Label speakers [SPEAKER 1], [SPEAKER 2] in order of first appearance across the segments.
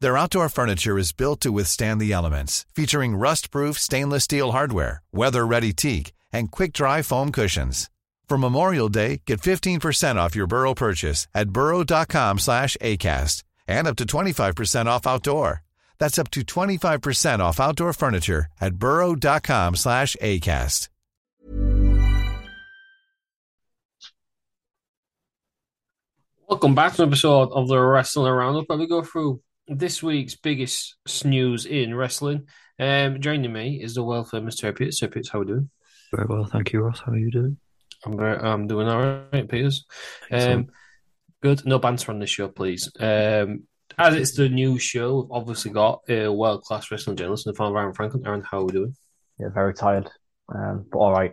[SPEAKER 1] Their outdoor furniture is built to withstand the elements, featuring rust-proof stainless steel hardware, weather-ready teak, and quick-dry foam cushions. For Memorial Day, get 15% off your Burrow purchase at burrow.com slash ACAST and up to 25% off outdoor. That's up to 25% off outdoor furniture at burrow.com slash ACAST.
[SPEAKER 2] Welcome back to an episode of the Wrestling Roundup where we go through this week's biggest snooze in wrestling. Um, joining me is the world famous Terry Peters. Terry Peters, how are we doing?
[SPEAKER 3] Very well, thank you, Ross. How are you doing?
[SPEAKER 2] I'm very, I'm doing all right, Peters. Um, good. No banter on this show, please. Um, as it's the new show, we've obviously got a world class wrestling journalist and the founder Aaron Franklin. Aaron, how are we doing?
[SPEAKER 4] Yeah, very tired, um, but all right.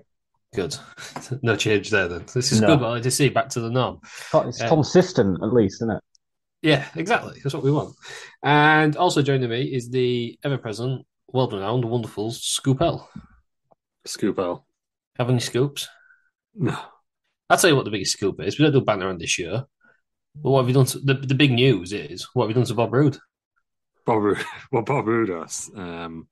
[SPEAKER 2] Good. no change there then. This is
[SPEAKER 4] No.
[SPEAKER 2] good, but I like to see back to the norm.
[SPEAKER 4] It's
[SPEAKER 2] Yeah.
[SPEAKER 4] consistent, at least, isn't it?
[SPEAKER 2] Yeah, exactly. That's what we want. And also joining me is the ever present, world renowned, wonderful Scoop L.
[SPEAKER 5] Scoop L.
[SPEAKER 2] Have any scoops?
[SPEAKER 5] No.
[SPEAKER 2] I'll tell you what the biggest scoop is. We don't do banter on this year. But what have you done? To, the, the big news is what have you done to Bob Roode?
[SPEAKER 5] Bob, Ru- well, Bob Rudas um,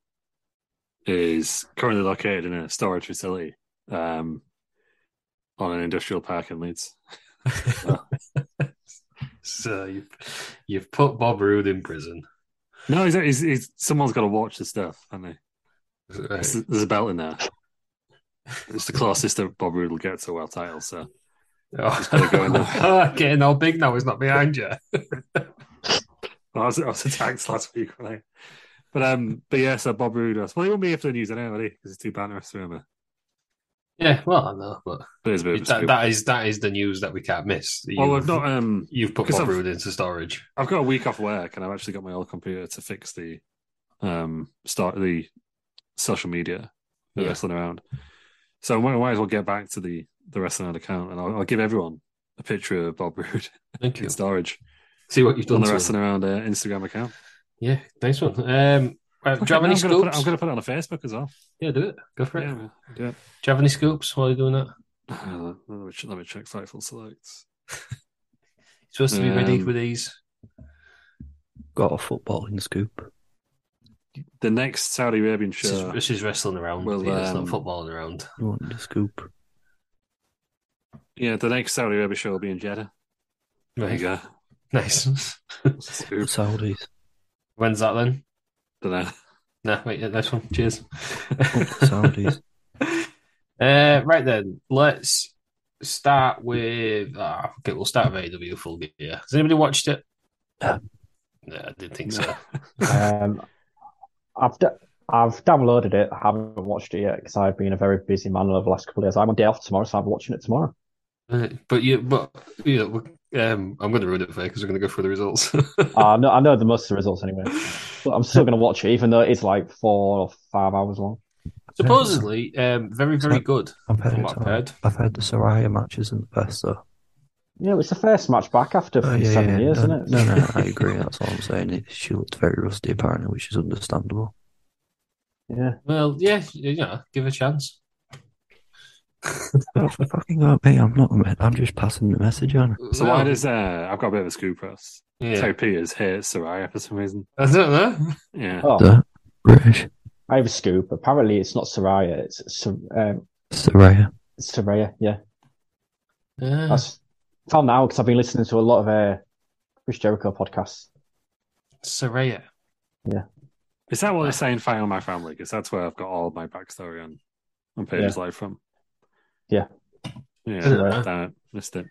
[SPEAKER 5] is currently located in a storage facility um, on an industrial park in Leeds.
[SPEAKER 2] So you've, you've put Bob Roode in prison.
[SPEAKER 5] No, he's, he's, he's someone's got to watch the stuff, haven't they? There's, there's a belt in there. It's the closest that Bob Rude will get to a world title. So
[SPEAKER 2] Oh.
[SPEAKER 5] gotta go in there.
[SPEAKER 2] Getting all big now, he's not behind you.
[SPEAKER 5] I was, I was attacked last week, right? But um, but yeah, so Bob Rudas. Well, he won't be after the news anyway, will he? Because it's too bannerous, remember?
[SPEAKER 2] Yeah, well, I know, but
[SPEAKER 5] But it's a bit of a
[SPEAKER 2] that,
[SPEAKER 5] scoop.
[SPEAKER 2] that is that is the news that we can't miss. You've,
[SPEAKER 5] well, I've not um,
[SPEAKER 2] you've put
[SPEAKER 5] because
[SPEAKER 2] Bob
[SPEAKER 5] I've-
[SPEAKER 2] Roode into storage.
[SPEAKER 5] I've got a week off work, and I've actually got my old computer to fix the um start the social media, the
[SPEAKER 2] Yeah.
[SPEAKER 5] wrestling around. So I might, might as well get back to the the wrestling around account, and I'll, I'll give everyone a picture of Bob Roode
[SPEAKER 2] Thank you.
[SPEAKER 5] in storage
[SPEAKER 2] See what you've done
[SPEAKER 5] on the
[SPEAKER 2] to him.
[SPEAKER 5] wrestling around uh, Instagram account.
[SPEAKER 2] Yeah, nice one. Um, uh, do you have
[SPEAKER 5] I'm
[SPEAKER 2] any
[SPEAKER 5] gonna put it-
[SPEAKER 2] scoops?
[SPEAKER 5] I'm going to put it on Facebook as well.
[SPEAKER 2] Yeah, do it. Go for it.
[SPEAKER 5] Yeah, yeah.
[SPEAKER 2] Do you have any scoops while you're doing that?
[SPEAKER 5] Uh, let, me, ch- let me check Fightful Selects.
[SPEAKER 2] supposed to be ready
[SPEAKER 5] Um,
[SPEAKER 2] with these.
[SPEAKER 3] Got a footballing scoop.
[SPEAKER 5] The next Saudi Arabian
[SPEAKER 2] This is,
[SPEAKER 5] show.
[SPEAKER 2] this is wrestling around.
[SPEAKER 5] Well,
[SPEAKER 2] yeah, it's not
[SPEAKER 5] um,
[SPEAKER 2] footballing around.
[SPEAKER 3] You want a scoop?
[SPEAKER 5] Yeah, the next Saudi Arabia show will be in Jeddah. There you go.
[SPEAKER 2] Nice.
[SPEAKER 3] The Saudis.
[SPEAKER 2] When's that then?
[SPEAKER 5] Dunno.
[SPEAKER 2] Nah, wait, yeah, nice one. Cheers.
[SPEAKER 3] The Saudis.
[SPEAKER 2] Uh, right then, let's start with. ah, okay, we'll start with AEW Full Gear. Has anybody watched it?
[SPEAKER 3] No.
[SPEAKER 2] No, I didn't think so.
[SPEAKER 4] Um, I've d- I've downloaded it. I haven't watched it yet because I've been a very busy man over the last couple of days. I'm on day off tomorrow, so I'm watching it tomorrow.
[SPEAKER 2] Uh, but you, but you know, we- um, I'm going to ruin it for you because we're going to go through the results.
[SPEAKER 4] I know I know the most of the results anyway, but I'm still going to watch it, even though it's like four or five hours long.
[SPEAKER 2] Supposedly, um, very, very good.
[SPEAKER 3] I've heard,
[SPEAKER 2] From
[SPEAKER 3] it's
[SPEAKER 2] what I've
[SPEAKER 3] all right.
[SPEAKER 2] heard.
[SPEAKER 3] I've heard the Soraya match isn't the best, though.
[SPEAKER 4] Yeah, it's the first match back after
[SPEAKER 3] Oh, yeah,
[SPEAKER 4] seven
[SPEAKER 3] yeah.
[SPEAKER 4] years,
[SPEAKER 3] no,
[SPEAKER 4] isn't it?
[SPEAKER 3] no, no, I agree. That's all I'm saying. It, she looked very rusty, apparently, which is understandable.
[SPEAKER 4] Yeah,
[SPEAKER 2] Well, yeah, you know, give it a chance.
[SPEAKER 3] But for fucking up me, I'm not. I'm just passing the message on.
[SPEAKER 5] So
[SPEAKER 2] Well,
[SPEAKER 5] why does uh, I've got a bit of a scoop press.
[SPEAKER 2] yeah.
[SPEAKER 5] Terry Peters hates Soraya for some reason.
[SPEAKER 2] I don't know.
[SPEAKER 5] Yeah.
[SPEAKER 4] Oh,
[SPEAKER 3] The British
[SPEAKER 4] I have a scoop. Apparently, it's not Soraya. It's Sor- um,
[SPEAKER 3] Soraya.
[SPEAKER 4] Soraya. Yeah.
[SPEAKER 2] Uh,
[SPEAKER 4] That's found out because I've been listening to a lot of uh, Chris Jericho podcasts.
[SPEAKER 2] Saraya.
[SPEAKER 5] Is that what they say in Fight on My Family? Because that's where I've got all my backstory on on Pages Live from.
[SPEAKER 4] Yeah.
[SPEAKER 5] Yeah.
[SPEAKER 2] Yeah.
[SPEAKER 5] Damn it. Missed it.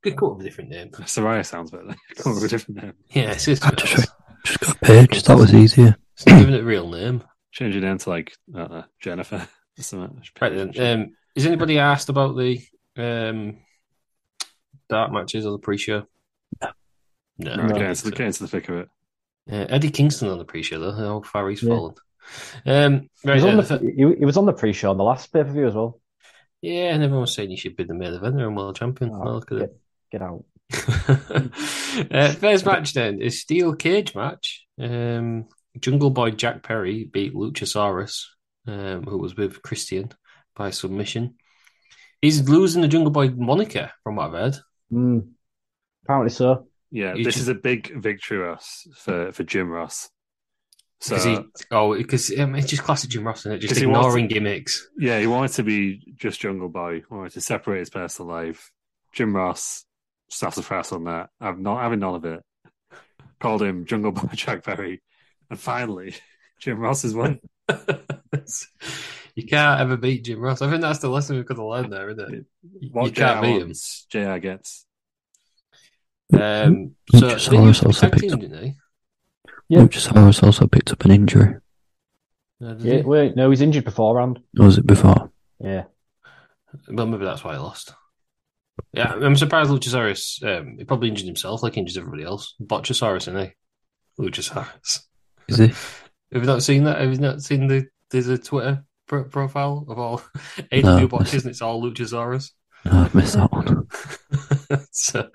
[SPEAKER 2] Good call with a different name.
[SPEAKER 5] Soraya sounds better. Come up with a different name.
[SPEAKER 2] Yeah, it's, it's,
[SPEAKER 3] I just Just got page. That was easier.
[SPEAKER 2] it's not giving it a real name.
[SPEAKER 5] Change your name to like I don't know, Jennifer. or something.
[SPEAKER 2] Right then, um, is anybody asked about the um, dark matches or the pre-show? No,
[SPEAKER 5] Right,
[SPEAKER 2] I don't
[SPEAKER 5] okay,
[SPEAKER 2] think
[SPEAKER 5] so
[SPEAKER 2] so.
[SPEAKER 5] get into the thick of it.
[SPEAKER 2] Uh, Eddie Kingston on the pre-show though. How far he's
[SPEAKER 4] Yeah.
[SPEAKER 2] fallen. Um,
[SPEAKER 4] He
[SPEAKER 2] right,
[SPEAKER 4] was, on
[SPEAKER 2] then,
[SPEAKER 4] the, he, he was on the pre-show on the last pay-per-view as well.
[SPEAKER 2] yeah, and everyone's saying you should be the main eventer and world champion.
[SPEAKER 4] Oh,
[SPEAKER 2] Well, Mm, look at it.
[SPEAKER 4] get, get out.
[SPEAKER 2] uh, first match then is steel cage match. Um, Jungle Boy Jack Perry beat Luchasaurus, um, who was with Christian by submission. He's losing the Jungle Boy moniker, from what I've heard.
[SPEAKER 4] Mm. Apparently so.
[SPEAKER 5] Yeah,
[SPEAKER 2] You
[SPEAKER 5] this
[SPEAKER 2] ju-
[SPEAKER 5] is a big victory Ross for for Jim Ross. So
[SPEAKER 2] Because he, oh, because um, it's just classic Jim Ross, isn't it? Just
[SPEAKER 5] 'Cause he wants
[SPEAKER 2] ignoring gimmicks.
[SPEAKER 5] yeah, he wanted to be just Jungle Boy, wanted to separate his personal life. Jim Ross starts to press on that. I'm not having none of it. Called him Jungle Boy Jack Berry, and finally Jim Ross is one.
[SPEAKER 2] you can't ever beat Jim Ross. I think that's the lesson we've got to learn there, isn't it? You- you can't beat him.
[SPEAKER 5] JR gets.
[SPEAKER 2] Um, so
[SPEAKER 3] Luchasaurus
[SPEAKER 2] they used to be
[SPEAKER 3] also
[SPEAKER 2] tag
[SPEAKER 3] picked
[SPEAKER 2] team,
[SPEAKER 3] up-
[SPEAKER 2] didn't they?
[SPEAKER 4] Yeah.
[SPEAKER 3] Luchasaurus also picked up an injury.
[SPEAKER 2] No, did
[SPEAKER 4] Yeah,
[SPEAKER 2] they?
[SPEAKER 4] wait, no, he's injured beforehand.
[SPEAKER 3] Or was it before?
[SPEAKER 4] Yeah.
[SPEAKER 2] Well, maybe that's why he lost. Yeah, I'm surprised Luchasaurus. Um, he probably injured himself, like he injured everybody else. Botchasaurus, isn't he? Luchasaurus.
[SPEAKER 3] Is it?
[SPEAKER 2] Have you not seen that? Have you not seen the? There's a Twitter pro- profile of all AW
[SPEAKER 3] No.
[SPEAKER 2] botches, and it's all Luchasaurus.
[SPEAKER 3] No, I've missed that one.
[SPEAKER 2] so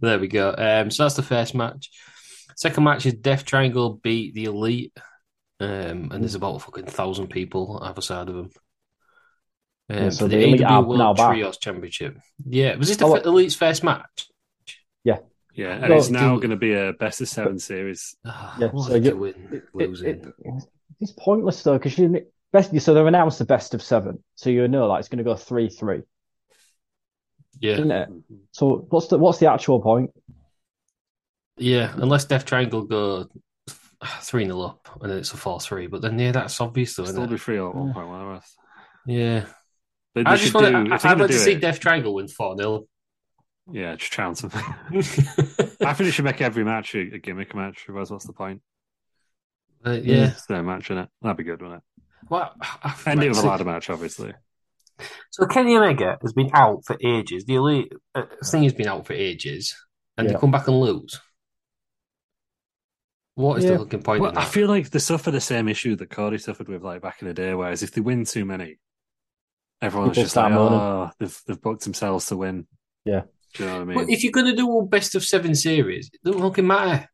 [SPEAKER 2] there we go. Um, so that's the first match. Second match is Death Triangle beat the Elite, um, and there's about a fucking thousand people either side of them. Um,
[SPEAKER 4] Yeah, so
[SPEAKER 2] for the,
[SPEAKER 4] the Elite
[SPEAKER 2] AW
[SPEAKER 4] are now
[SPEAKER 2] World
[SPEAKER 4] back.
[SPEAKER 2] Trios Championship. Yeah, was this the
[SPEAKER 4] Oh,
[SPEAKER 2] f- Elite's first match?
[SPEAKER 5] Yeah, and
[SPEAKER 4] No,
[SPEAKER 5] it's now
[SPEAKER 2] dude.
[SPEAKER 5] going to be a best of seven series.
[SPEAKER 2] Ah,
[SPEAKER 4] Yeah,
[SPEAKER 2] what
[SPEAKER 4] so
[SPEAKER 2] a
[SPEAKER 4] you-
[SPEAKER 2] doing,
[SPEAKER 4] It- it-
[SPEAKER 2] losing.
[SPEAKER 4] it- it's pointless though, because you best. So they've announced the best of seven, so you know like it's going to go three three,
[SPEAKER 2] yeah,
[SPEAKER 4] isn't it? So what's the what's the actual point?
[SPEAKER 2] yeah. Unless Death Triangle go three nil up, and then it's a four three. But then yeah, that's obvious though,
[SPEAKER 5] Still
[SPEAKER 2] isn't
[SPEAKER 5] be
[SPEAKER 2] it?
[SPEAKER 5] free at one point. One of us.
[SPEAKER 2] Yeah,
[SPEAKER 5] They, they
[SPEAKER 2] I just
[SPEAKER 5] should
[SPEAKER 2] want
[SPEAKER 5] do-
[SPEAKER 2] to.
[SPEAKER 5] if they're
[SPEAKER 2] I'd
[SPEAKER 5] gonna
[SPEAKER 2] like to
[SPEAKER 5] do
[SPEAKER 2] see
[SPEAKER 5] it-
[SPEAKER 2] Death Triangle win four 0
[SPEAKER 5] Yeah, just trounce them. I think they should make every match a, a gimmick match. Otherwise, what's the point?
[SPEAKER 2] But yeah.
[SPEAKER 5] It's their match, innit? That'd be good, wouldn't
[SPEAKER 2] Well,
[SPEAKER 5] it? End it with a
[SPEAKER 2] so,
[SPEAKER 5] ladder match, obviously.
[SPEAKER 2] so Kenny Omega has been out for ages. The elite uh, thing has been out for ages, and
[SPEAKER 4] Yeah.
[SPEAKER 2] they come back and lose. What is
[SPEAKER 4] Yeah.
[SPEAKER 2] the fucking point?
[SPEAKER 5] Well,
[SPEAKER 2] in
[SPEAKER 5] I
[SPEAKER 2] that?
[SPEAKER 5] feel like they suffer the same issue that Cody suffered with, like back in the day. Whereas if they win too many, everyone's
[SPEAKER 4] People
[SPEAKER 5] just
[SPEAKER 4] start
[SPEAKER 5] like,
[SPEAKER 4] moaning.
[SPEAKER 5] "Oh, they've they've booked themselves to win."
[SPEAKER 4] Yeah.
[SPEAKER 5] do you know what I mean?
[SPEAKER 2] Well, if you're going to do a best of seven series, it doesn't fucking matter.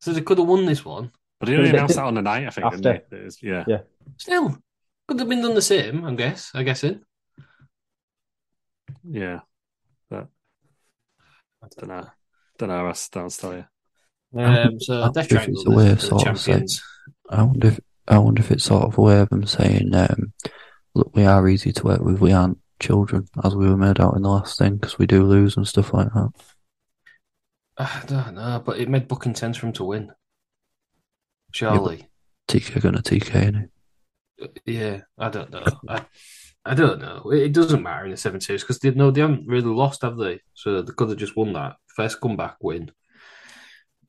[SPEAKER 2] So they could have won this one.
[SPEAKER 5] but they only
[SPEAKER 4] Yeah, they
[SPEAKER 5] announced
[SPEAKER 4] did-
[SPEAKER 5] that on the night, I think.
[SPEAKER 4] After.
[SPEAKER 5] Didn't they? It was- yeah.
[SPEAKER 4] Yeah.
[SPEAKER 2] Still, could have been done the same. I guess. I guess it.
[SPEAKER 5] yeah, But I don't know. Don't know. Russ, don't tell you.
[SPEAKER 2] Um, so
[SPEAKER 3] I'm
[SPEAKER 2] Death
[SPEAKER 3] sure it's
[SPEAKER 2] Triangle,
[SPEAKER 3] a way
[SPEAKER 2] the,
[SPEAKER 3] of
[SPEAKER 2] the
[SPEAKER 3] sort of
[SPEAKER 2] champions.
[SPEAKER 3] I wonder if I wonder if it's sort of a way of them saying, um, "Look, we are easy to work with. We aren't children, as we were made out in the last thing, because we do lose and stuff like that."
[SPEAKER 2] I don't know, but it made booking sense for him to win. Surely.
[SPEAKER 3] TK gonna TK in it.
[SPEAKER 2] Yeah, I don't know. I, I don't know. It, it doesn't matter in the seven series because they no, they haven't really lost, have they? So they could have just won that first comeback win,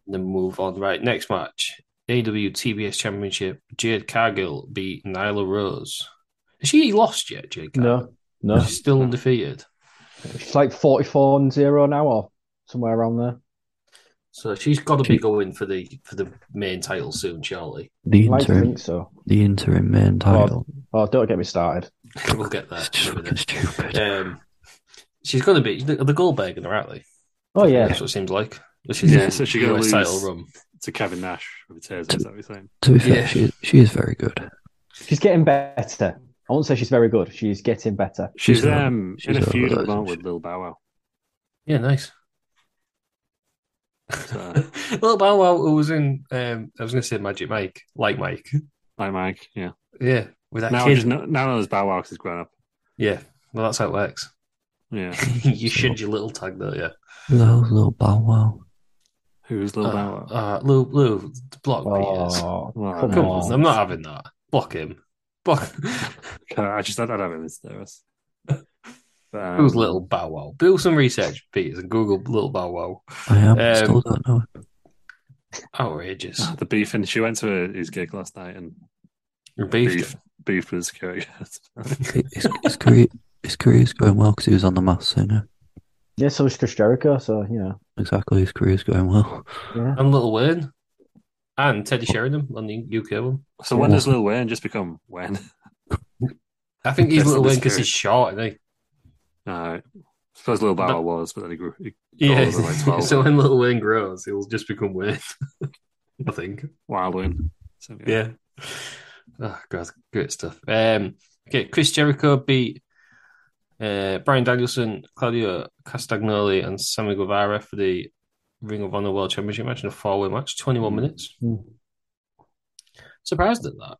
[SPEAKER 2] and then move on. Right, next match: E AW TBS Championship. Jade Cargill beat Nyla Rose. Has she lost yet, Jade? Cargill?
[SPEAKER 4] No, no,
[SPEAKER 2] she's still undefeated.
[SPEAKER 4] it's like forty four and zero now or somewhere around there.
[SPEAKER 2] So she's got to be going for the for the main title soon, surely.
[SPEAKER 3] The
[SPEAKER 4] I like to
[SPEAKER 3] interim,
[SPEAKER 4] think so.
[SPEAKER 3] the interim main title.
[SPEAKER 4] Oh, don't get me started.
[SPEAKER 2] we'll get there.
[SPEAKER 3] it's just
[SPEAKER 2] Maybe
[SPEAKER 3] fucking stupid.
[SPEAKER 2] then. Um, she's going to be the, the Goldberg, aren't they?
[SPEAKER 4] Oh yeah,
[SPEAKER 2] That's what it seems like. Which
[SPEAKER 5] Yeah,
[SPEAKER 2] the
[SPEAKER 5] so she gotta
[SPEAKER 2] US
[SPEAKER 5] lose.
[SPEAKER 2] title run.
[SPEAKER 5] To Kevin Nash with his taser, is that what you're saying?
[SPEAKER 3] To be fair,
[SPEAKER 2] yeah.
[SPEAKER 3] she she is very good.
[SPEAKER 4] she's getting better. I won't say she's very good. She's getting better.
[SPEAKER 5] She's,
[SPEAKER 3] She's over-
[SPEAKER 5] um
[SPEAKER 3] she's
[SPEAKER 5] in a
[SPEAKER 3] over
[SPEAKER 5] feud at
[SPEAKER 3] those,
[SPEAKER 5] the moment
[SPEAKER 3] isn't
[SPEAKER 5] with Lil Bow Wow.
[SPEAKER 2] Yeah, nice.
[SPEAKER 5] So,
[SPEAKER 2] Little Bow Wow, who was in, um, I was going to say Magic Mike, like Mike.
[SPEAKER 5] like Mike, yeah.
[SPEAKER 2] Yeah, with that
[SPEAKER 5] Now I
[SPEAKER 2] kid.
[SPEAKER 5] just know, now I know there's Bow Wow 'cause he's grown up.
[SPEAKER 2] Yeah, well, that's how it works.
[SPEAKER 5] Yeah.
[SPEAKER 2] you should your little tag though, yeah.
[SPEAKER 3] Who the hell's little Bow Wow?
[SPEAKER 5] Who's Lil Bow Wow?
[SPEAKER 2] Uh, Lou, Lou, block me. yes.
[SPEAKER 4] Oh,
[SPEAKER 5] Well, I
[SPEAKER 4] come
[SPEAKER 5] know.
[SPEAKER 2] Come
[SPEAKER 4] no.
[SPEAKER 2] on, I'm not having that. Block him. But
[SPEAKER 5] I just I don't have it in Steros. But, um,
[SPEAKER 2] who's Little Bow Wow? Do some research, Peter, and Google Little Bow Wow.
[SPEAKER 3] I am
[SPEAKER 2] Um,
[SPEAKER 3] still don't know. it.
[SPEAKER 2] Outrageous.
[SPEAKER 5] the beef and she went to his gig last night and
[SPEAKER 2] Beef.
[SPEAKER 5] beef with security guards.
[SPEAKER 3] It- His, his career, his career's going well because he was on the Mass Singer.
[SPEAKER 4] Yeah, so is Chris Jericho, so, you know.
[SPEAKER 3] Exactly, his career's going well.
[SPEAKER 4] Yeah.
[SPEAKER 2] And Little Wayne. And Teddy Sheridan on the UK one.
[SPEAKER 5] so when does Lil Wayne just become when?
[SPEAKER 2] I think he's
[SPEAKER 5] That's
[SPEAKER 2] Little
[SPEAKER 5] the
[SPEAKER 2] Wayne because he's
[SPEAKER 5] spirit.
[SPEAKER 2] short, isn't he?
[SPEAKER 5] Alright. suppose Lil Bow Wow was, but then he grew. He,
[SPEAKER 2] Yeah.
[SPEAKER 5] was like 12.
[SPEAKER 2] so when Little Wayne grows, he'll just become Wayne. I think.
[SPEAKER 5] Wild Wayne. So,
[SPEAKER 2] Yeah. Oh god, great stuff. Um, okay, Chris Jericho beat uh, Brian Danielson, Claudio Castagnoli, and Sammy Guevara for the Ring of Honor World Championship match in a four-way match, twenty-one minutes.
[SPEAKER 4] Mm.
[SPEAKER 2] Surprised at that.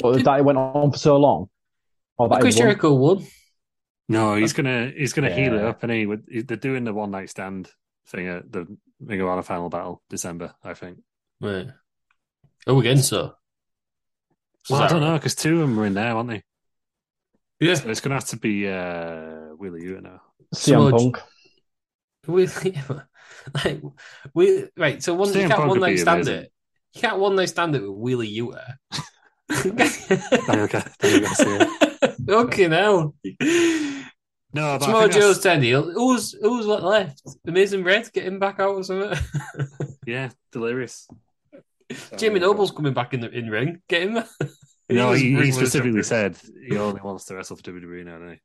[SPEAKER 4] But that it went on for so long. Oh,
[SPEAKER 2] But
[SPEAKER 4] that
[SPEAKER 2] Chris
[SPEAKER 4] is one-
[SPEAKER 2] Jericho won.
[SPEAKER 5] No, he's gonna he's gonna heal it
[SPEAKER 4] Yeah.
[SPEAKER 5] up, and he would. They're doing the one night stand thing at the Ring of Honor Final Battle December, I think.
[SPEAKER 2] Right. Oh, again, so.
[SPEAKER 5] Well, I
[SPEAKER 2] Cesaro.
[SPEAKER 5] don't know because two of them are in there, aren't they?
[SPEAKER 2] Yeah.
[SPEAKER 5] So it's gonna have to be uh, Willie Uta now.
[SPEAKER 4] CM
[SPEAKER 2] Smudge.
[SPEAKER 4] Punk.
[SPEAKER 2] We, like, we, right, so one, you
[SPEAKER 5] CM
[SPEAKER 2] can't
[SPEAKER 5] Punk
[SPEAKER 2] one
[SPEAKER 5] would
[SPEAKER 2] night
[SPEAKER 5] be
[SPEAKER 2] stand
[SPEAKER 5] amazing.
[SPEAKER 2] it. You can't one night stand it with Wheeler Uta.
[SPEAKER 5] There you go. There you go, see it.
[SPEAKER 2] Fucking hell.
[SPEAKER 5] No, but I
[SPEAKER 2] Samoa
[SPEAKER 5] think
[SPEAKER 2] Joe's
[SPEAKER 5] that's,
[SPEAKER 2] ten heel. Who's who's what left? Amazing Red, get him back out or something.
[SPEAKER 5] yeah, delirious.
[SPEAKER 4] Uh,
[SPEAKER 2] Jimmy Noble's coming back in the in ring. Get him.
[SPEAKER 5] No,
[SPEAKER 2] was
[SPEAKER 5] he,
[SPEAKER 2] ring
[SPEAKER 5] he
[SPEAKER 2] with
[SPEAKER 5] specifically
[SPEAKER 2] champions.
[SPEAKER 5] said he only wants to wrestle for WWE now, doesn't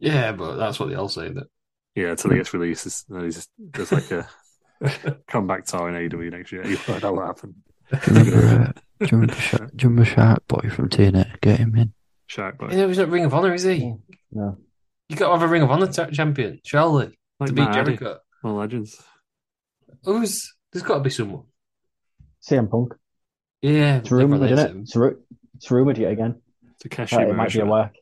[SPEAKER 2] Yeah, but that's what they all say. That
[SPEAKER 5] he? Yeah, until he gets released, and then he's just there's like a comeback tour in AEW next year. That will happen.
[SPEAKER 3] Do you remember, uh, do you remember, Sha- do you remember Shark Boy from TNA? Get him in.
[SPEAKER 5] Shark boy.
[SPEAKER 2] you know, he's not Ring of Honor, is he?
[SPEAKER 4] Mm, no.
[SPEAKER 2] You got to have a Ring of Honor ta- champion, surely,
[SPEAKER 5] Like
[SPEAKER 2] to beat
[SPEAKER 5] Matt Hardy.
[SPEAKER 2] Jericho.
[SPEAKER 5] Well, legends.
[SPEAKER 2] Who's there's got to be someone.
[SPEAKER 4] CM Punk.
[SPEAKER 2] Yeah,
[SPEAKER 4] It's rumored,
[SPEAKER 2] everyone
[SPEAKER 4] isn't
[SPEAKER 2] hates
[SPEAKER 4] it?
[SPEAKER 2] him.
[SPEAKER 4] It's, ru- it's rumored yet again.
[SPEAKER 5] Takeshi
[SPEAKER 4] That it might be a
[SPEAKER 5] Miura.
[SPEAKER 4] work.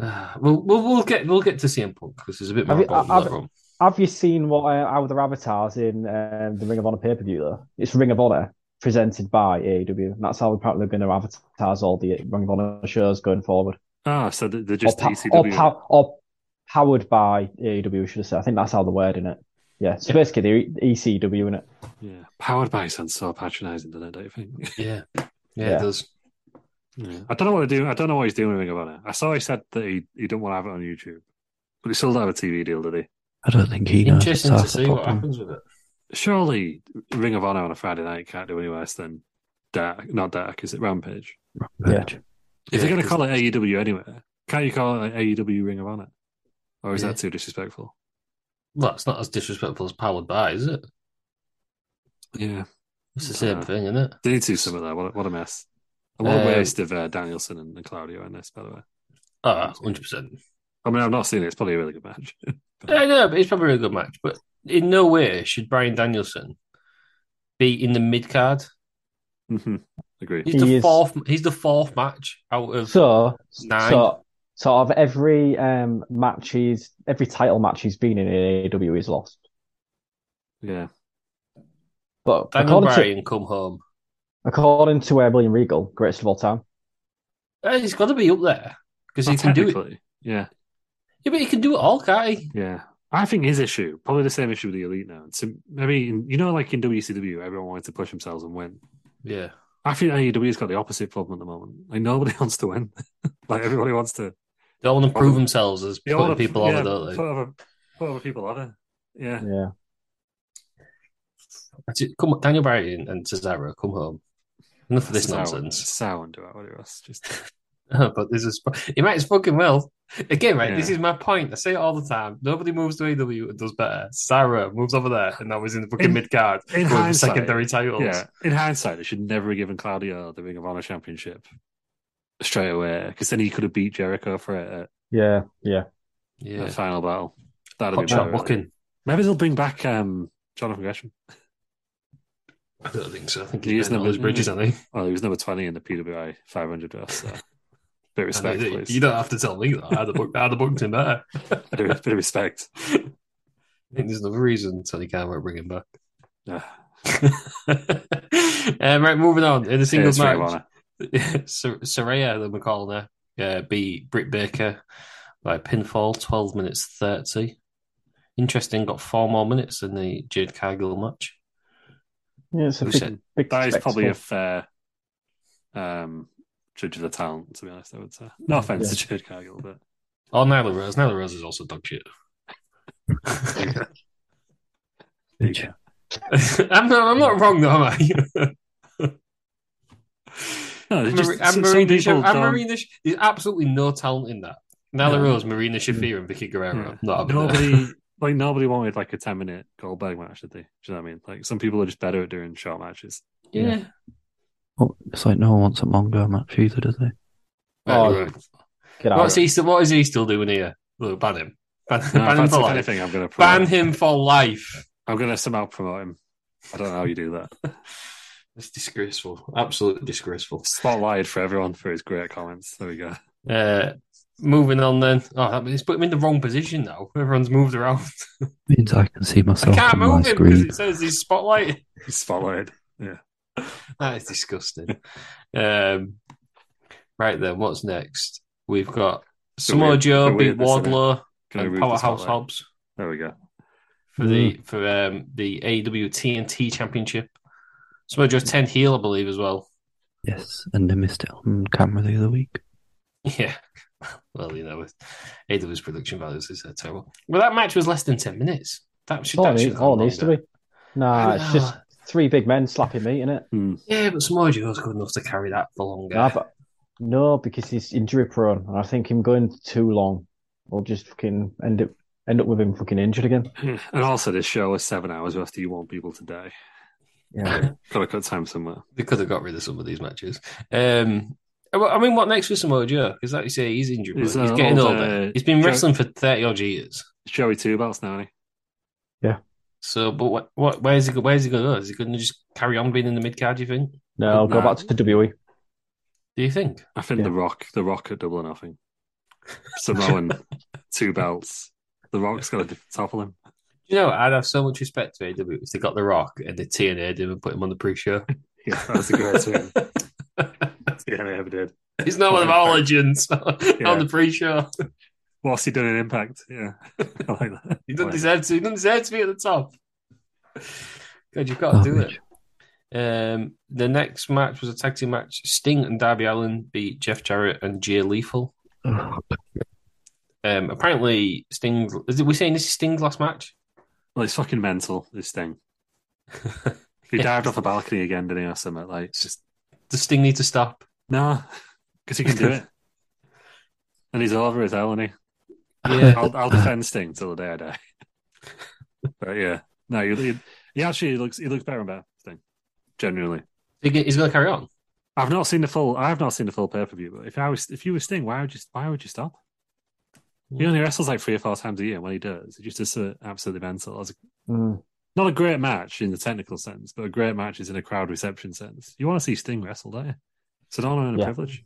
[SPEAKER 2] Ah, we'll, we'll we'll get we'll get to CM Punk because there's a bit more
[SPEAKER 4] Have you-
[SPEAKER 2] about
[SPEAKER 4] have-
[SPEAKER 2] that one.
[SPEAKER 4] Have you seen what uh, how their avatars in um, the Ring of Honor pay per view though? It's Ring of Honor presented by AEW. And that's how apparently they're going to advertise all the Ring of Honor shows going forward.
[SPEAKER 5] Ah, so they- they're
[SPEAKER 4] Or,
[SPEAKER 5] just
[SPEAKER 4] pa- or,
[SPEAKER 5] ECW.
[SPEAKER 4] pow- or powered by AEW, should I say? I think that's how the word in it. Yeah, so
[SPEAKER 2] Yeah.
[SPEAKER 4] basically the E- ECW in it.
[SPEAKER 5] yeah. Powered by sounds so patronising, doesn't it? Don't you think?
[SPEAKER 2] Yeah. yeah,
[SPEAKER 4] Yeah.
[SPEAKER 2] it does.
[SPEAKER 5] Yeah. I don't know what to do. I don't know what he's doing with Ring of Honor. I saw he said that he, he didn't want to have it on YouTube, but he still don't have a TV deal, did he?
[SPEAKER 3] I don't think he knows.
[SPEAKER 2] Interesting to
[SPEAKER 3] That's the
[SPEAKER 2] see what
[SPEAKER 3] problem.
[SPEAKER 2] happens with it.
[SPEAKER 5] Surely Ring of Honor on a Friday night can't do any worse than Dark. Not Dark, is it Rampage?
[SPEAKER 3] Rampage.
[SPEAKER 5] If
[SPEAKER 2] Yeah,
[SPEAKER 5] they're going to
[SPEAKER 2] 'cause-
[SPEAKER 5] call it AEW anywhere, can't you call it AEW Ring of Honor? Or is
[SPEAKER 2] Yeah.
[SPEAKER 5] that too disrespectful?
[SPEAKER 2] Well, it's not as disrespectful as powered by, is it?
[SPEAKER 5] Yeah,
[SPEAKER 2] It's the same
[SPEAKER 5] Uh,
[SPEAKER 2] thing, isn't it?
[SPEAKER 5] they need to do something there. What a, what a mess! And what
[SPEAKER 2] Uh,
[SPEAKER 5] a waste of uh, Danielson and, and Claudio in this, by the way.
[SPEAKER 2] Ah, 100%.
[SPEAKER 5] I mean, I've not seen it. It's probably a really good match.
[SPEAKER 2] I know, but it's probably a good match. But in no way should Brian Danielson be in the mid card. Mm-hmm.
[SPEAKER 5] Mhm. Agree.
[SPEAKER 2] He's
[SPEAKER 4] He
[SPEAKER 2] the
[SPEAKER 4] is.
[SPEAKER 2] fourth. He's the fourth match out of.
[SPEAKER 4] So,
[SPEAKER 2] Nine.
[SPEAKER 4] so, so of every um, match he's, every title match he's been in in AEW, he's lost.
[SPEAKER 5] Yeah.
[SPEAKER 4] But
[SPEAKER 2] Daniel
[SPEAKER 4] according to,
[SPEAKER 2] Bryan come home.
[SPEAKER 4] according to uh, William Regal, greatest of all time.
[SPEAKER 2] Eh, He's got to be up there because he
[SPEAKER 5] Well,
[SPEAKER 2] can do it.
[SPEAKER 5] technically, Yeah.
[SPEAKER 2] Yeah, but he can do it all, can't he?
[SPEAKER 5] Yeah. I think his issue, probably the same issue with the elite now. So maybe in- you know, like in WCW, everyone wanted to push themselves and win.
[SPEAKER 2] Yeah.
[SPEAKER 5] I think AEW's got the opposite problem at the moment. Like nobody wants to win. like everybody wants to
[SPEAKER 2] They all want to prove themselves as
[SPEAKER 5] they all
[SPEAKER 2] putting
[SPEAKER 5] wanna-
[SPEAKER 2] people over,
[SPEAKER 5] yeah,
[SPEAKER 2] don't they?
[SPEAKER 5] Put other, put other people over. Yeah.
[SPEAKER 4] Yeah.
[SPEAKER 2] Actually, Come on, Daniel Bryan and Cesaro, come home. Enough of this
[SPEAKER 5] Sour-
[SPEAKER 2] nonsense.
[SPEAKER 5] sour and do it, whatever else. Just
[SPEAKER 2] but this is it might as fucking well. Again, right? This
[SPEAKER 5] Yeah.
[SPEAKER 2] is my point. I say it all the time. Nobody moves to AW and does better. Sarah moves over there and now he's in the fucking
[SPEAKER 5] In-
[SPEAKER 2] mid card
[SPEAKER 5] in
[SPEAKER 2] with the
[SPEAKER 5] hindsight,
[SPEAKER 2] secondary titles.
[SPEAKER 5] yeah. In hindsight, they should never have given Claudio the Ring of Honor Championship straight away because then he could have beat Jericho for it at,
[SPEAKER 4] Yeah. Yeah.
[SPEAKER 5] at
[SPEAKER 2] yeah.
[SPEAKER 5] final battle. That'd have
[SPEAKER 2] Hot
[SPEAKER 5] been
[SPEAKER 2] shot
[SPEAKER 5] better.
[SPEAKER 2] booking.
[SPEAKER 5] Maybe they'll bring back um, Jonathan Gresham.
[SPEAKER 2] I don't think so. I think
[SPEAKER 5] He
[SPEAKER 2] he's
[SPEAKER 5] is
[SPEAKER 2] been all
[SPEAKER 5] number-
[SPEAKER 2] his bridges. I think.
[SPEAKER 5] Oh, he was number 20 in the PWI 500 draft. So. bit of
[SPEAKER 2] I
[SPEAKER 5] respect,
[SPEAKER 2] mean,
[SPEAKER 5] please.
[SPEAKER 2] uh, you don't have to tell me that. I'd have booked, I'd have booked him better.
[SPEAKER 5] bit, of, bit of respect.
[SPEAKER 2] I think there's another reason Tony Khan won't bring him back.
[SPEAKER 5] Yeah.
[SPEAKER 2] um, right, moving on. In a
[SPEAKER 5] Yeah,
[SPEAKER 2] singles
[SPEAKER 5] it's Ring of
[SPEAKER 2] match,
[SPEAKER 5] Honor.
[SPEAKER 2] Sor- Soraya, that we're calling her, uh, beat Britt Baker by pinfall, 12 minutes 30. Interesting, got four more minutes in the Jade Cargill match.
[SPEAKER 4] Yeah, it's a
[SPEAKER 2] Who
[SPEAKER 4] big,
[SPEAKER 2] said-
[SPEAKER 4] big
[SPEAKER 5] That is probably a
[SPEAKER 4] spectacle.
[SPEAKER 5] fair um, judge of the talent, to be honest, I would say. No offense to Jade Cargill, but
[SPEAKER 2] Oh, Nyla Rose. Nyla Rose is also dog shit.
[SPEAKER 3] Bitch.
[SPEAKER 2] I'm, not, I'm not wrong, though, am I?
[SPEAKER 5] No, it's just-
[SPEAKER 2] Mari- and
[SPEAKER 5] some
[SPEAKER 2] Marina, Sha-
[SPEAKER 5] people
[SPEAKER 2] and
[SPEAKER 5] don't-
[SPEAKER 2] Marina Sha- there's absolutely no talent in that. Nyla
[SPEAKER 5] No.
[SPEAKER 2] Rose, Marina Shafir, and Vicky Guerrero.
[SPEAKER 5] yeah.
[SPEAKER 2] Not having it.
[SPEAKER 5] nobody like nobody wanted like a ten minute Goldberg match, did they? Do you know what I mean? Like some people are just better at doing short matches.
[SPEAKER 2] yeah.
[SPEAKER 3] Well, Oh, it's like no one wants a Mongo match either, do they?
[SPEAKER 4] Oh,
[SPEAKER 2] Anyway.
[SPEAKER 4] Get out
[SPEAKER 2] What's
[SPEAKER 4] of it.
[SPEAKER 2] he still, what is he still doing here? Look, ban him. Ban,
[SPEAKER 5] No,
[SPEAKER 2] ban
[SPEAKER 5] if
[SPEAKER 2] him
[SPEAKER 5] I
[SPEAKER 2] for
[SPEAKER 5] took
[SPEAKER 2] life.
[SPEAKER 5] anything, I'm gonna promote.
[SPEAKER 2] Ban him for life.
[SPEAKER 5] I'm gonna somehow promote him. I don't know how you do that.
[SPEAKER 2] It's disgraceful. Absolutely disgraceful.
[SPEAKER 5] Spotlighted for everyone for his great comments. There we go.
[SPEAKER 2] Uh, moving on then. Oh, that means put him in the wrong position now. Everyone's moved around.
[SPEAKER 3] Means I can see
[SPEAKER 2] I
[SPEAKER 3] myself
[SPEAKER 2] can't
[SPEAKER 3] on my
[SPEAKER 2] move him because
[SPEAKER 3] screen.
[SPEAKER 2] it says he's spotlighted.
[SPEAKER 5] Spotlighted.
[SPEAKER 2] That is disgusting. um, right then, what's next? We've got Samoa
[SPEAKER 5] weird-
[SPEAKER 2] Joe
[SPEAKER 5] the
[SPEAKER 2] beat
[SPEAKER 5] weirdness of it.
[SPEAKER 2] Wardlow
[SPEAKER 5] Can I
[SPEAKER 2] and
[SPEAKER 5] remove the
[SPEAKER 2] Powerhouse
[SPEAKER 5] spotlight?
[SPEAKER 2] Hobbs
[SPEAKER 5] There we go.
[SPEAKER 2] for
[SPEAKER 4] Hmm.
[SPEAKER 2] the for um, the AEW TNT Championship. Samoa Joe's ten heel, I believe, as well.
[SPEAKER 3] Yes, and they missed it on camera the other week.
[SPEAKER 2] Yeah. Well, you know, with AW's production values is uh, terrible. Well, that match was less than 10 minutes. That should,
[SPEAKER 4] all
[SPEAKER 2] that
[SPEAKER 4] Oh, it
[SPEAKER 2] should
[SPEAKER 4] needs,
[SPEAKER 2] have
[SPEAKER 4] all it
[SPEAKER 2] gone
[SPEAKER 4] needs to
[SPEAKER 2] longer.
[SPEAKER 4] be. Nah, it's
[SPEAKER 2] Ah.
[SPEAKER 4] just three big men slapping meat in it.
[SPEAKER 2] Yeah, but Samoa Joe's good enough to carry that for longer.
[SPEAKER 4] Nah, but- no, because he's injury prone, and I think him going too long will just fucking end up end up with him fucking injured again.
[SPEAKER 5] And also, this show was seven hours after you want people to die.
[SPEAKER 4] Yeah,
[SPEAKER 5] Gotta cut time somewhere.
[SPEAKER 2] They could have got rid of some of these matches. Um, I- I mean, what next for Samoa Joe? Because, like you say, he's injured.
[SPEAKER 5] He's,
[SPEAKER 2] He's, he's
[SPEAKER 5] uh,
[SPEAKER 2] getting
[SPEAKER 5] old,
[SPEAKER 2] older.
[SPEAKER 5] uh,
[SPEAKER 2] he's been
[SPEAKER 5] Joe-
[SPEAKER 2] wrestling for 30 odd years.
[SPEAKER 5] Showy two belts now, ain't
[SPEAKER 2] So, but what, what, where's he, go- where's he going to go? Is he going to just carry on being in the mid card, do you think?
[SPEAKER 4] no, I'll go
[SPEAKER 5] Nah.
[SPEAKER 4] back to E. WWE.
[SPEAKER 2] Do you think?
[SPEAKER 5] he? I think
[SPEAKER 4] Yeah.
[SPEAKER 5] the Rock, the Rock at double or nothing. Samoan two belts. The Rock's got to topple him.
[SPEAKER 2] You know, I'd have so much respect to AW if they got The Rock and they TNA'd him and put him on the pre show.
[SPEAKER 5] Yeah, that's a great thing. Yeah, they ever did.
[SPEAKER 2] He's not one of our legends on the pre-show.
[SPEAKER 5] What's he done in Impact? Yeah, I like that.
[SPEAKER 2] He doesn't
[SPEAKER 5] Like,
[SPEAKER 2] deserve to. He doesn't deserve to be at the top. God, you've got to do it.
[SPEAKER 3] Garbage.
[SPEAKER 2] Um, the next match was a tag team match. Sting and Darby Allen beat Jeff Jarrett and Jay Lethal.
[SPEAKER 3] Ugh.
[SPEAKER 2] Um, apparently, Sting's. Is it, we saying this is Sting's last match?
[SPEAKER 5] well, it's fucking mental. This thing. He
[SPEAKER 2] Yeah.
[SPEAKER 5] dived off a balcony again, didn't he? Or something like it's just
[SPEAKER 2] Does Sting need to stop?
[SPEAKER 5] no, because he can do it. And he's over as hell, isn't he?
[SPEAKER 2] Yeah.
[SPEAKER 5] I'll, I'll defend Sting till the day I die. but yeah, no, he, he, he actually looks he looks better and better. Sting, genuinely.
[SPEAKER 2] He's going to carry on.
[SPEAKER 5] I've not seen the full. I've not seen the full pay per view. But if I was, if you were Sting, why would you? Why would you stop? He only wrestles like three or four times a year. and When he does, it just is uh, absolutely mental. As a
[SPEAKER 4] Mm.
[SPEAKER 5] not a great match in the technical sense, but a great match is in a crowd reception sense. You want to see Sting wrestle, don't you? It's an honor and a
[SPEAKER 4] Yeah.
[SPEAKER 5] privilege.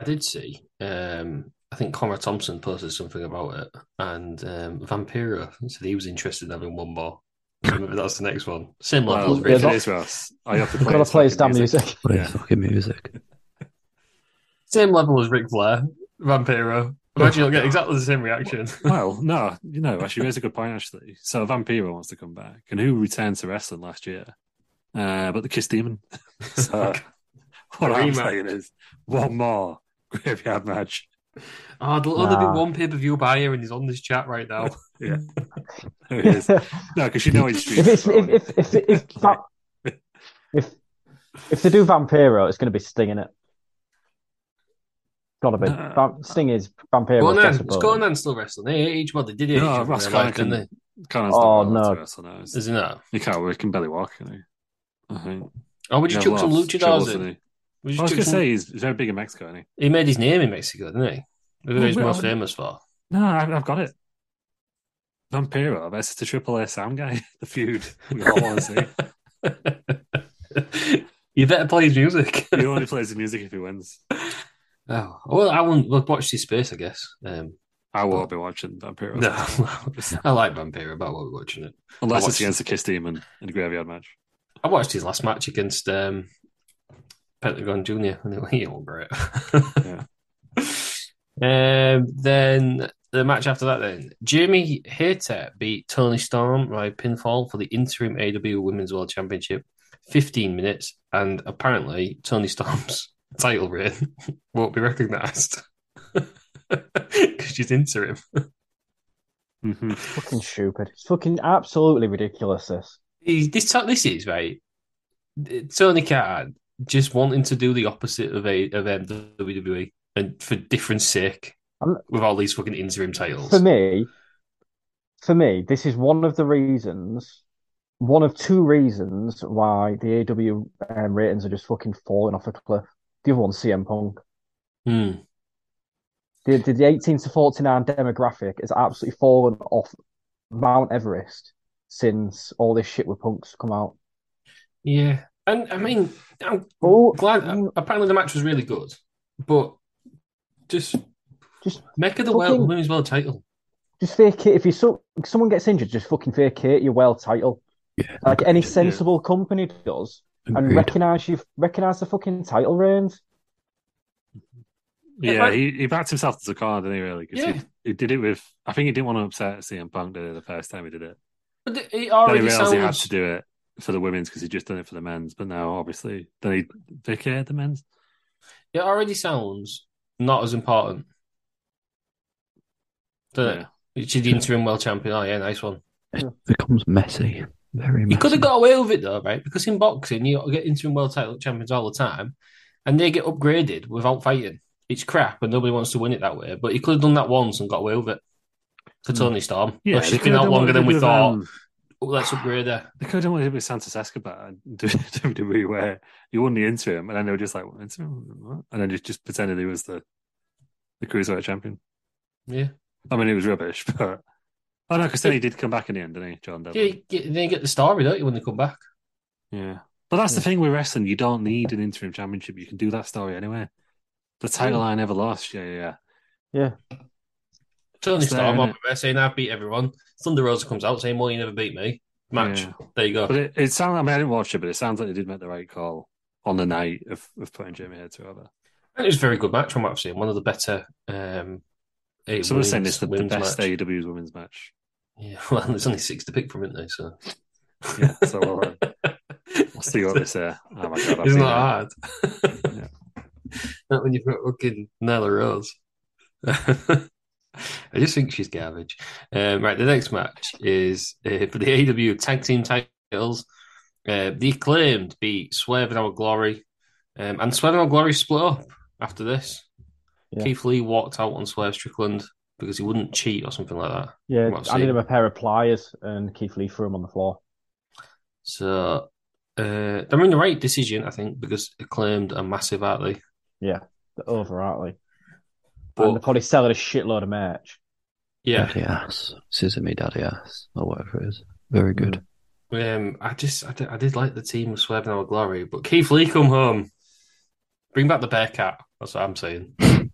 [SPEAKER 2] I did see. Um, I think Conrad Thompson posted something about it, and um, Vampiro said he was interested in having one more. Maybe that's the next one. Same level.
[SPEAKER 5] Well,
[SPEAKER 2] as
[SPEAKER 4] yeah,
[SPEAKER 5] if
[SPEAKER 2] Richard.
[SPEAKER 5] it
[SPEAKER 4] that-
[SPEAKER 5] is Ross, I have to play.
[SPEAKER 4] Gotta
[SPEAKER 5] his
[SPEAKER 4] play his damn
[SPEAKER 5] fucking
[SPEAKER 4] music.
[SPEAKER 3] Play
[SPEAKER 5] Yeah.
[SPEAKER 3] fucking music.
[SPEAKER 2] Same level as Ric Flair, Vampiro. Imagine you'll get exactly the same reaction.
[SPEAKER 5] Well, no, you know, actually, there's a good point, actually. So Vampiro wants to come back, and who returned to wrestling last year? Uh, but the Kiss Demon. so, what I'm
[SPEAKER 2] Rematch.
[SPEAKER 5] saying is, one more graveyard match.
[SPEAKER 2] Oh, there'll only be
[SPEAKER 4] Nah.
[SPEAKER 2] one pay per view buyer, and he's on this chat right now.
[SPEAKER 5] There it is.
[SPEAKER 4] if
[SPEAKER 5] No, because you know it's
[SPEAKER 4] it's if if if if, that, if if they do Vampiro, it's going to be Sting in it. Gotta be.
[SPEAKER 5] Nah.
[SPEAKER 4] Vamp- Sting is Vampiro.
[SPEAKER 2] Uh, Go on,
[SPEAKER 4] best
[SPEAKER 2] then.
[SPEAKER 4] of
[SPEAKER 2] Let's
[SPEAKER 4] both.
[SPEAKER 2] go on then. Still wrestling. They hate each one. They did hate
[SPEAKER 5] No,
[SPEAKER 2] each other. in
[SPEAKER 5] Ross
[SPEAKER 2] their life,
[SPEAKER 5] Connick
[SPEAKER 2] didn't they?
[SPEAKER 5] Connor's
[SPEAKER 4] Oh,
[SPEAKER 5] not allowed
[SPEAKER 4] no.
[SPEAKER 5] to wrestle now. is he?
[SPEAKER 2] Isn't that?
[SPEAKER 5] He can't. He can barely walk. Can he? I think.
[SPEAKER 2] Oh, would
[SPEAKER 5] He
[SPEAKER 2] you
[SPEAKER 5] had
[SPEAKER 2] chuck some
[SPEAKER 5] lots of
[SPEAKER 2] luchadors
[SPEAKER 5] troubles,
[SPEAKER 2] in?
[SPEAKER 5] didn't
[SPEAKER 2] Would
[SPEAKER 5] he?
[SPEAKER 2] you
[SPEAKER 5] I
[SPEAKER 2] chuck
[SPEAKER 5] was going to
[SPEAKER 2] some-
[SPEAKER 5] say he's, he's very big in Mexico, isn't he?
[SPEAKER 2] he made his name in Mexico, didn't he? Who
[SPEAKER 5] Well,
[SPEAKER 2] he's
[SPEAKER 5] well,
[SPEAKER 2] most
[SPEAKER 5] I-
[SPEAKER 2] famous for?
[SPEAKER 5] No, I've, I've got it. Vampiro versus the Triple A Sam guy. The feud we all want to see.
[SPEAKER 2] you better play his music.
[SPEAKER 5] He only plays the music if he wins.
[SPEAKER 2] oh, well, I won't we'll watch this space, I guess. Um,
[SPEAKER 5] I won't be watching Vampiro.
[SPEAKER 2] no, I like Vampiro, but I won't be watching it.
[SPEAKER 5] Unless
[SPEAKER 2] I
[SPEAKER 5] it's
[SPEAKER 2] watched-
[SPEAKER 5] against the Kiss Demon in a graveyard match.
[SPEAKER 2] I watched his last match against um, Pentagon Junior. And they were, you won't great.
[SPEAKER 5] Yeah.
[SPEAKER 2] Um, then the match after that, then Jamie Hayter beat Tony Storm by pinfall for the interim AW Women's World Championship, 15 minutes, and apparently Tony Storm's title reign won't be recognised because she's interim. Mm-hmm.
[SPEAKER 5] hmm
[SPEAKER 4] Fucking stupid. It's fucking absolutely ridiculous. This.
[SPEAKER 2] Is This this is right. Tony Khan just wanting to do the opposite of a of um, WWE and for different sake
[SPEAKER 4] I'm-
[SPEAKER 2] with all these fucking interim titles.
[SPEAKER 4] For me, for me, this is one of the reasons, one of two reasons why the AW um, ratings are just fucking falling off a cliff. The other one's CM Punk.
[SPEAKER 2] Hmm.
[SPEAKER 4] The, the, the 18 to 49 demographic has absolutely fallen off Mount Everest since all this shit with punks come out.
[SPEAKER 2] Yeah, and I mean, I'm
[SPEAKER 4] Oh,
[SPEAKER 2] glad.
[SPEAKER 4] mm,
[SPEAKER 2] Apparently, the match was really good, but just
[SPEAKER 4] Just
[SPEAKER 2] make it the world
[SPEAKER 4] fucking-
[SPEAKER 2] women's world title.
[SPEAKER 4] just fake it. If you so, if someone gets injured, just fucking fake it. Your world title,
[SPEAKER 3] Yeah.
[SPEAKER 4] like any sensible company does, and
[SPEAKER 3] Agreed.
[SPEAKER 4] recognize you recognize the fucking title reigns.
[SPEAKER 2] Yeah,
[SPEAKER 5] Yeah,
[SPEAKER 2] but-
[SPEAKER 5] he, he backed himself to the car, didn't he, really? 'Cause
[SPEAKER 2] Yeah.
[SPEAKER 5] he, he did it with, I think he didn't want to upset CM Punk, did he, the first time he did it?
[SPEAKER 2] But it- it
[SPEAKER 5] Then he
[SPEAKER 2] already
[SPEAKER 5] realised he had
[SPEAKER 2] sounds.
[SPEAKER 5] to do it for the women's because he'd just done it for the men's. But now, obviously, then he vacated the men's.
[SPEAKER 2] It already sounds not as important. Doesn't
[SPEAKER 5] Yeah.
[SPEAKER 2] it? She's the interim world champion. Oh yeah, nice one.
[SPEAKER 3] becomes messy. Very messy.
[SPEAKER 2] You could have got away with it though, right? Because in boxing, you get interim world title champions all the time, and they get upgraded without fighting. It's crap, and nobody wants to win it that way. But you could have done that once and got away with it for
[SPEAKER 5] Hmm.
[SPEAKER 2] Tony Storm.
[SPEAKER 5] Yeah,
[SPEAKER 2] Yeah,
[SPEAKER 5] they
[SPEAKER 2] she's
[SPEAKER 5] could've
[SPEAKER 2] been out
[SPEAKER 5] done what
[SPEAKER 2] longer
[SPEAKER 5] they
[SPEAKER 2] than
[SPEAKER 5] did
[SPEAKER 2] we
[SPEAKER 5] with,
[SPEAKER 2] thought.
[SPEAKER 5] um,
[SPEAKER 2] Oh, let's upgrade her.
[SPEAKER 5] They could have done what they did with Santos Escobar and WWE, where he won the interim, and then they were just like, what, interim? What?" And then just, just pretended he was the, the Cruiserweight champion.
[SPEAKER 2] Yeah.
[SPEAKER 5] I mean, it was rubbish, but. Oh, no, because then he did come back in the end, didn't he, John
[SPEAKER 2] yeah
[SPEAKER 5] Devlin?
[SPEAKER 2] you get, then you get the story, don't you, when they come back?
[SPEAKER 5] Yeah. But that's the thing with wrestling. You don't need an interim championship. You can do that story anyway. The title I never lost. Yeah, yeah,
[SPEAKER 2] Tony
[SPEAKER 5] It's there,
[SPEAKER 2] Storm
[SPEAKER 5] isn't
[SPEAKER 2] on there saying, I beat everyone. Thunder Rosa comes out saying, Well, you never beat me. Match.
[SPEAKER 5] Yeah.
[SPEAKER 2] There you go.
[SPEAKER 5] But it, it sounds, I mean, I didn't watch it, but it sounds like they did make the right call on the night of, of putting Jamie Hater over.
[SPEAKER 2] And it was a very good match from what I've seen. One of the better. Um, eh,
[SPEAKER 5] Someone's saying
[SPEAKER 2] women's-
[SPEAKER 5] it's the, the
[SPEAKER 2] women's
[SPEAKER 5] best
[SPEAKER 2] match.
[SPEAKER 5] AEW's women's match.
[SPEAKER 2] Yeah, well, there's only six to pick from, isn't there? So,
[SPEAKER 5] Yeah, so we'll, uh, we'll see what they say. Oh my God, I've
[SPEAKER 2] It's
[SPEAKER 5] seen
[SPEAKER 2] not hard. Not when you've got fucking Nyla Rose. I just think she's garbage. Um, right, the next match is uh, for the AW Tag Team titles. Uh, the acclaimed beat Swerve and Our Glory, um, and Swerve and Our Glory split up after this.
[SPEAKER 4] Yeah.
[SPEAKER 2] Keith Lee walked out on Swerve Strickland because he wouldn't cheat or something like that.
[SPEAKER 4] Yeah,
[SPEAKER 2] Well,
[SPEAKER 4] I
[SPEAKER 2] see.
[SPEAKER 4] did him a pair of pliers, and Keith Lee threw him on the floor.
[SPEAKER 2] So uh, they're in the right decision, I think, because acclaimed are massive, aren't they?
[SPEAKER 4] The over, aren't they?
[SPEAKER 2] But-
[SPEAKER 4] and they're probably selling a shitload of merch.
[SPEAKER 2] Yeah,
[SPEAKER 3] Daddy ass. Scissor me, daddy ass, or whatever it is. Very
[SPEAKER 4] Mm.
[SPEAKER 3] good.
[SPEAKER 2] Um, I just I did, I did like the team of Swerve and Our Glory, but Keith Lee come home, bring back the bear cat. That's what I'm saying.
[SPEAKER 5] it.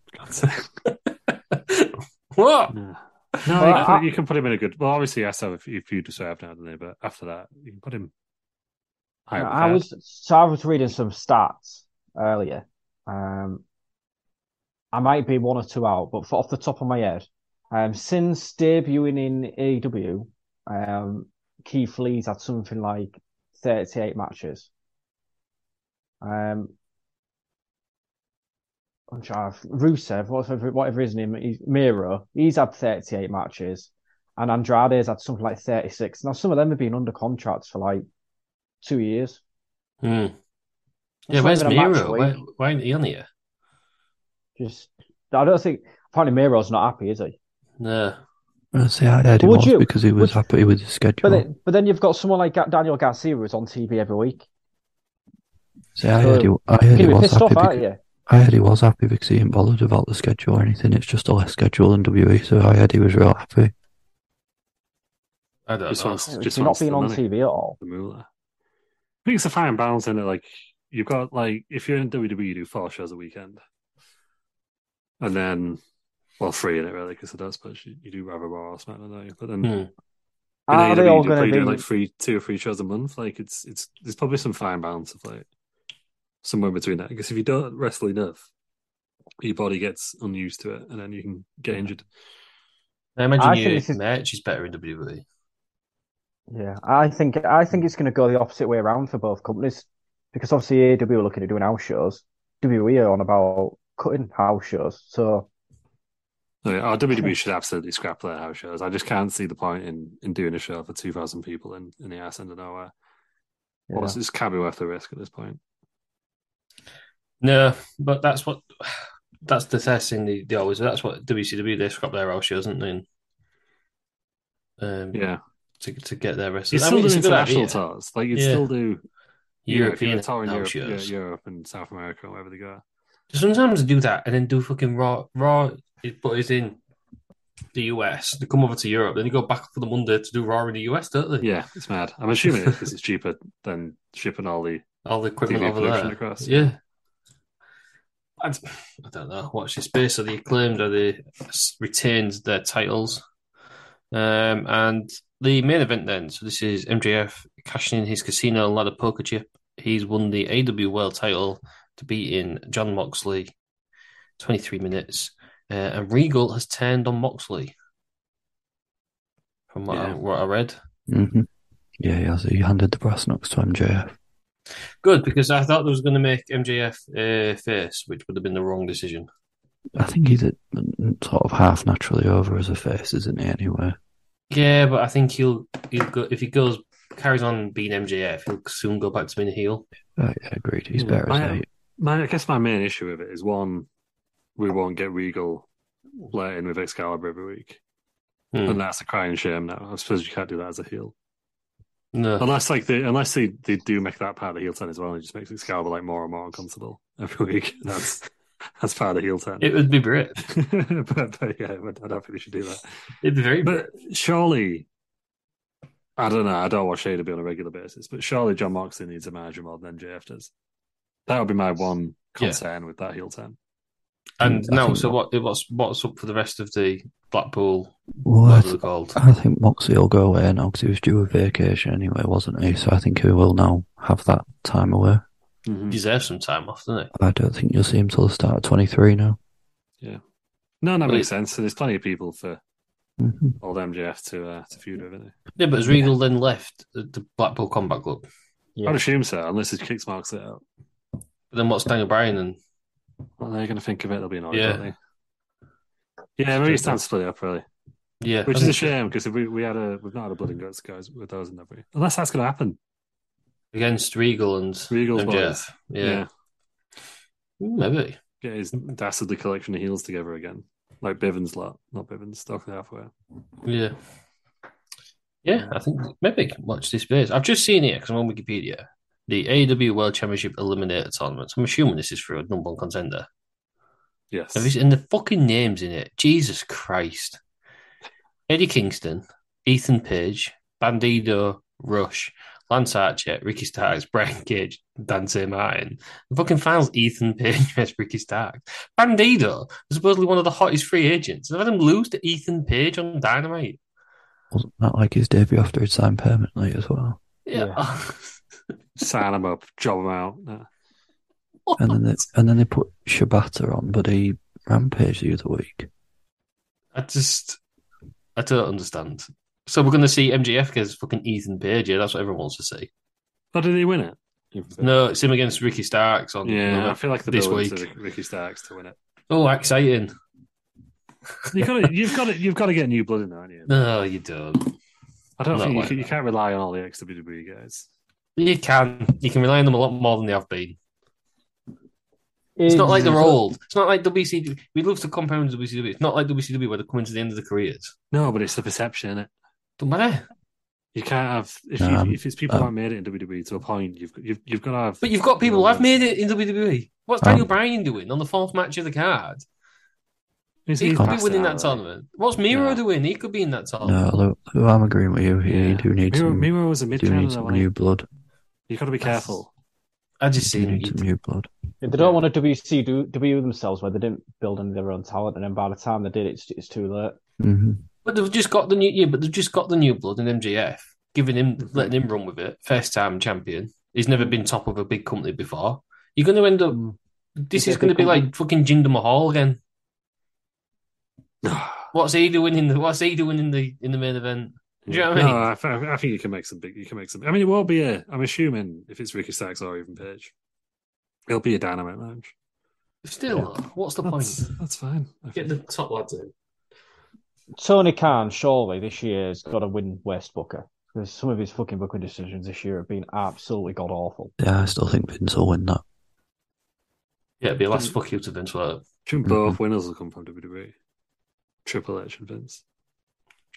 [SPEAKER 2] what?
[SPEAKER 5] no,
[SPEAKER 4] Well,
[SPEAKER 5] you,
[SPEAKER 4] I-
[SPEAKER 5] can, you can put him in a good. Well, obviously, yes, if, if you deserve now, don't they? But after that, you can put him. high up the
[SPEAKER 4] I
[SPEAKER 5] card.
[SPEAKER 4] was so I was reading some stats earlier. Um, I might be one or two out, but for, off the top of my head, um, since debuting in AEW, um, Keith Lee's had something like thirty-eight matches. Um, I'm trying. to- Rusev, whatever, whatever his name, is, Miro, he's had thirty-eight matches, and Andrade's had something like thirty-six. Now some of them have been under contracts for like two years.
[SPEAKER 2] Hmm. Yeah,
[SPEAKER 4] It's
[SPEAKER 2] where's
[SPEAKER 4] not even a match
[SPEAKER 2] Miro?
[SPEAKER 4] week.
[SPEAKER 2] Why, why isn't he on here?
[SPEAKER 4] Just, I don't think. Apparently, Miro's not happy, is he?
[SPEAKER 2] No.
[SPEAKER 3] I see, I heard he
[SPEAKER 4] Would
[SPEAKER 3] was
[SPEAKER 4] you-
[SPEAKER 3] because he was
[SPEAKER 4] would-
[SPEAKER 3] happy with his schedule.
[SPEAKER 4] But then, but then you've got someone like Ga- Daniel Garcia who's on TV every week.
[SPEAKER 3] see, I heard he, I
[SPEAKER 4] You're
[SPEAKER 3] heard he
[SPEAKER 4] gonna be
[SPEAKER 3] was
[SPEAKER 4] pissed
[SPEAKER 3] happy.
[SPEAKER 4] off,
[SPEAKER 3] because-
[SPEAKER 4] aren't you?
[SPEAKER 3] I heard he was happy because he ain't bothered about the schedule or anything. It's just a less schedule than WE, so I heard he was real happy.
[SPEAKER 2] I don't
[SPEAKER 5] Just
[SPEAKER 2] know.
[SPEAKER 5] wants-
[SPEAKER 4] You're
[SPEAKER 5] just
[SPEAKER 4] not
[SPEAKER 5] wants the
[SPEAKER 4] being on
[SPEAKER 5] money.
[SPEAKER 4] TV at all.
[SPEAKER 5] the moolah. I think it's a fine balance in it. Like you've got like if you're in WWE, you do four shows a weekend, and then well, three in it really because I don't suppose you, you do rather Raw or SmackDown, don't you? But then in
[SPEAKER 2] Hmm.
[SPEAKER 4] Are they
[SPEAKER 5] AEW,
[SPEAKER 4] all
[SPEAKER 5] you're
[SPEAKER 4] going
[SPEAKER 5] probably
[SPEAKER 4] to be?
[SPEAKER 5] doing like three, two or three shows a month. Like it's it's there's probably some fine balance of like somewhere in between that. Because if you don't wrestle enough, your body gets unused to it, and then you can get injured.
[SPEAKER 2] I imagine
[SPEAKER 4] I
[SPEAKER 2] you
[SPEAKER 4] think this is-
[SPEAKER 2] match is better in E. WWE.
[SPEAKER 4] Yeah, I think I think it's going to go the opposite way around for both companies because obviously AEW are looking at doing house shows, WWE are on about cutting house shows. So
[SPEAKER 5] I mean, our WWE E should absolutely scrap their house shows. I just can't see the point in, in doing a show for two thousand people in, in the ass end of nowhere.
[SPEAKER 4] yeah.
[SPEAKER 5] Well, it's, it's can't be worth the risk at this point.
[SPEAKER 2] No, but that's what that's the test thing they, they always that's what WCW they scrap their house shows, isn't they? And, Um,
[SPEAKER 5] Yeah,
[SPEAKER 2] to to get their
[SPEAKER 5] you
[SPEAKER 2] wrestlers. I
[SPEAKER 5] still
[SPEAKER 2] mean,
[SPEAKER 5] do
[SPEAKER 2] it's a good
[SPEAKER 5] international
[SPEAKER 2] idea.
[SPEAKER 5] tours. Like you
[SPEAKER 2] Yeah.
[SPEAKER 5] still do you know, if you're
[SPEAKER 2] European
[SPEAKER 5] touring
[SPEAKER 2] house
[SPEAKER 5] Europe, yeah,
[SPEAKER 2] shows.
[SPEAKER 5] Europe and South America, or wherever they go.
[SPEAKER 2] Sometimes they do that and then do fucking raw raw, is- but is in the US. They come over to Europe, then they go back for the Monday to do raw in the US, don't they?
[SPEAKER 5] Yeah, it's mad. I'm assuming it's because it's cheaper than shipping all the.
[SPEAKER 2] all the equipment
[SPEAKER 5] TV
[SPEAKER 2] over
[SPEAKER 5] production
[SPEAKER 2] there.
[SPEAKER 5] across.
[SPEAKER 2] Yeah. I, d- I don't know. Watch this space. Are they acclaimed? Are they s- retained their titles? Um, and the main event then. So this is MJF cashing in his casino ladder poker chip. He's won the AW World title to beat in John Moxley, 23 minutes. Uh, and Regal has turned on Moxley. From what, I,
[SPEAKER 5] Yeah.
[SPEAKER 2] what I read.
[SPEAKER 3] hmm Yeah, yeah. So you handed the brass knucks to MJF.
[SPEAKER 2] Good, because I thought they was going to make MJF uh, face, which would have been the wrong decision.
[SPEAKER 3] I think he's a, sort of half naturally over as a face, isn't he? Anyway,
[SPEAKER 2] Yeah, but I think he'll he'll go if he goes carries on being MJF, he'll soon go back to being a heel.
[SPEAKER 3] uh, yeah, agreed. He's
[SPEAKER 5] Yeah,
[SPEAKER 3] better as
[SPEAKER 5] Hmm, I am.
[SPEAKER 3] a
[SPEAKER 5] My, I guess my main issue with it is one, we won't get Regal playing with Excalibur every week,
[SPEAKER 2] Hmm.
[SPEAKER 5] and that's a crying shame. Now I suppose you can't do that as a heel,
[SPEAKER 2] No,
[SPEAKER 5] unless like they unless they, they do make that part of the heel turn as well, and it just makes Excalibur like more and more uncomfortable every week. That's that's part of the heel turn.
[SPEAKER 2] it would be Brit.
[SPEAKER 5] but, but yeah, I don't think they should do that.
[SPEAKER 2] It'd be very
[SPEAKER 5] But
[SPEAKER 2] Brit.
[SPEAKER 5] surely, I don't know. I don't watch AEW on a regular basis, but surely John Moxley needs a manager more than MJF does. That would be my one
[SPEAKER 2] Yeah.
[SPEAKER 5] concern with that heel turn.
[SPEAKER 2] And
[SPEAKER 3] I
[SPEAKER 2] now,
[SPEAKER 3] think
[SPEAKER 2] so what? What's what's up for the rest of the Blackpool?
[SPEAKER 3] Well, I,
[SPEAKER 2] What are they
[SPEAKER 3] th-
[SPEAKER 2] called?
[SPEAKER 3] I think Moxie will go away now because he was due a vacation anyway, wasn't he? So I think he will now have that time away.
[SPEAKER 2] He deserves some time off, doesn't
[SPEAKER 3] I don't think you'll see him till the start of 23 now.
[SPEAKER 5] No, that
[SPEAKER 2] Well,
[SPEAKER 5] makes sense. And there's plenty of people for
[SPEAKER 3] hmm
[SPEAKER 5] old MJF to uh, to feud with. Isn't there?
[SPEAKER 2] he? Yeah, but has Regal then left the- the Blackpool Combat Club?
[SPEAKER 4] Yeah.
[SPEAKER 5] I'd assume so, unless it kicks Moxley out.
[SPEAKER 2] But then what's Daniel Bryan and
[SPEAKER 5] Well, they're going to think of it. They'll be annoyed,
[SPEAKER 2] Yeah.
[SPEAKER 5] aren't they? Yeah, maybe it's time to split it up, really.
[SPEAKER 2] yeah,
[SPEAKER 5] Which
[SPEAKER 2] I
[SPEAKER 5] is a
[SPEAKER 2] think
[SPEAKER 5] shame because if we, we had a we've not had a blood and guts guys with those, have we? Unless that's going to happen.
[SPEAKER 2] against Regal and
[SPEAKER 5] Regal's
[SPEAKER 2] MJF. Yeah, Hmm, maybe.
[SPEAKER 5] get his dastardly collection of heels together again, like Bivens' lot, not Bivens, Doc halfway.
[SPEAKER 2] Yeah. Yeah, I think maybe watch this space. I've just seen it because I'm on Wikipedia. The AEW World Championship Eliminator Tournament. So I'm assuming this is for a number one contender.
[SPEAKER 5] Yes,
[SPEAKER 2] Have you seen- And the fucking names in it. Jesus Christ. Eddie Kingston, Ethan Page, Bandido, Rush, Lance Archer, Ricky Starks, Brian Cage, Dante Martin. The fucking finals Ethan Page versus Ricky Starks. Bandido was supposedly one of the hottest free agents. They've had him lose to Ethan Page on Dynamite.
[SPEAKER 3] Wasn't that like his debut after he'd signed permanently as well?
[SPEAKER 2] Yeah.
[SPEAKER 5] sign him up, job him out. No.
[SPEAKER 3] And then they, and then they put Shibata on, but he rampaged the other week.
[SPEAKER 2] I just, I don't understand. So we're going to see MGF against fucking Ethan Page. Yeah, that's what everyone wants to see.
[SPEAKER 5] But Oh, did he win it?
[SPEAKER 2] No, it's him against Ricky Starks on.
[SPEAKER 5] Yeah, I feel like the
[SPEAKER 2] This
[SPEAKER 5] this week to
[SPEAKER 2] week.
[SPEAKER 5] Rick- Ricky Starks to win it.
[SPEAKER 2] Oh, exciting!
[SPEAKER 5] You got to, you've got to, you've got to get new blood in there, haven't you?
[SPEAKER 2] No, you don't.
[SPEAKER 5] I don't
[SPEAKER 2] Not
[SPEAKER 5] think you,
[SPEAKER 2] like
[SPEAKER 5] can, you
[SPEAKER 2] that.
[SPEAKER 5] can't rely on all the ex WWE guys.
[SPEAKER 2] You can. You can rely on them a lot more than they have been. It's
[SPEAKER 4] Is-
[SPEAKER 2] not like they're old. It's not like WCW. We love to compare them to WCW. It's not like WCW where they're coming to the end of their careers.
[SPEAKER 5] No, but it's the perception, is it?
[SPEAKER 2] Don't matter.
[SPEAKER 5] You can't have if
[SPEAKER 3] Um,
[SPEAKER 5] you, if it's people who
[SPEAKER 3] um,
[SPEAKER 5] have made it in WWE to a point, you've you've, you've got to have.
[SPEAKER 2] But you've got people who have made it in WWE. What's Daniel
[SPEAKER 3] Um,
[SPEAKER 2] Bryan doing on the fourth match of the card?
[SPEAKER 5] He's,
[SPEAKER 2] He
[SPEAKER 5] he's
[SPEAKER 2] could be
[SPEAKER 5] past
[SPEAKER 2] winning
[SPEAKER 5] now,
[SPEAKER 2] that
[SPEAKER 5] though.
[SPEAKER 2] tournament. What's Miro
[SPEAKER 5] No.
[SPEAKER 2] doing? He could be in that tournament.
[SPEAKER 3] No, look, look, I'm agreeing with you here. You
[SPEAKER 5] Oh. Yeah.
[SPEAKER 3] do need
[SPEAKER 5] Miro,
[SPEAKER 3] some,
[SPEAKER 5] Miro was a mid
[SPEAKER 3] do need
[SPEAKER 5] trainer.
[SPEAKER 3] some new blood.
[SPEAKER 5] You've got to be careful.
[SPEAKER 2] I just
[SPEAKER 3] You do
[SPEAKER 2] seen
[SPEAKER 3] need some new blood.
[SPEAKER 4] They don't want to WCW E themselves where they didn't build any of their own talent, and then by the time they did, it's it's too late.
[SPEAKER 3] hmm
[SPEAKER 2] But they've just got the new yeah, but they've just got the new blood in MGF,
[SPEAKER 5] Mm-hmm.
[SPEAKER 2] giving him letting him run with it. First time champion. He's never been top of a big company before. You're going to end up.
[SPEAKER 5] Mm.
[SPEAKER 2] This
[SPEAKER 4] He's
[SPEAKER 2] is
[SPEAKER 4] a
[SPEAKER 2] going to
[SPEAKER 4] big
[SPEAKER 2] be
[SPEAKER 4] company.
[SPEAKER 2] like fucking Jinder Mahal again. What's he doing in the What's he doing in the in the main event? Do you know what I mean?
[SPEAKER 5] No, I, th- I think you can make some big. You can make some. I mean, it will be a. I'm assuming if it's Ricky Sacks or even Page, it'll be a dynamite match.
[SPEAKER 2] Still, what's the
[SPEAKER 5] That's,
[SPEAKER 2] point?
[SPEAKER 5] that's fine. I
[SPEAKER 2] Get
[SPEAKER 5] think.
[SPEAKER 2] the top lads in.
[SPEAKER 4] Tony Khan, surely this year's got to win West Booker because some of his fucking booking decisions this year have been absolutely god awful.
[SPEAKER 3] Yeah, I still think Vince will win that.
[SPEAKER 2] Yeah, it'd be a last
[SPEAKER 5] Mm.
[SPEAKER 2] fuck you to Vince. won't it?
[SPEAKER 5] Shouldn't both winners will come from WWE. Triple H and Vince.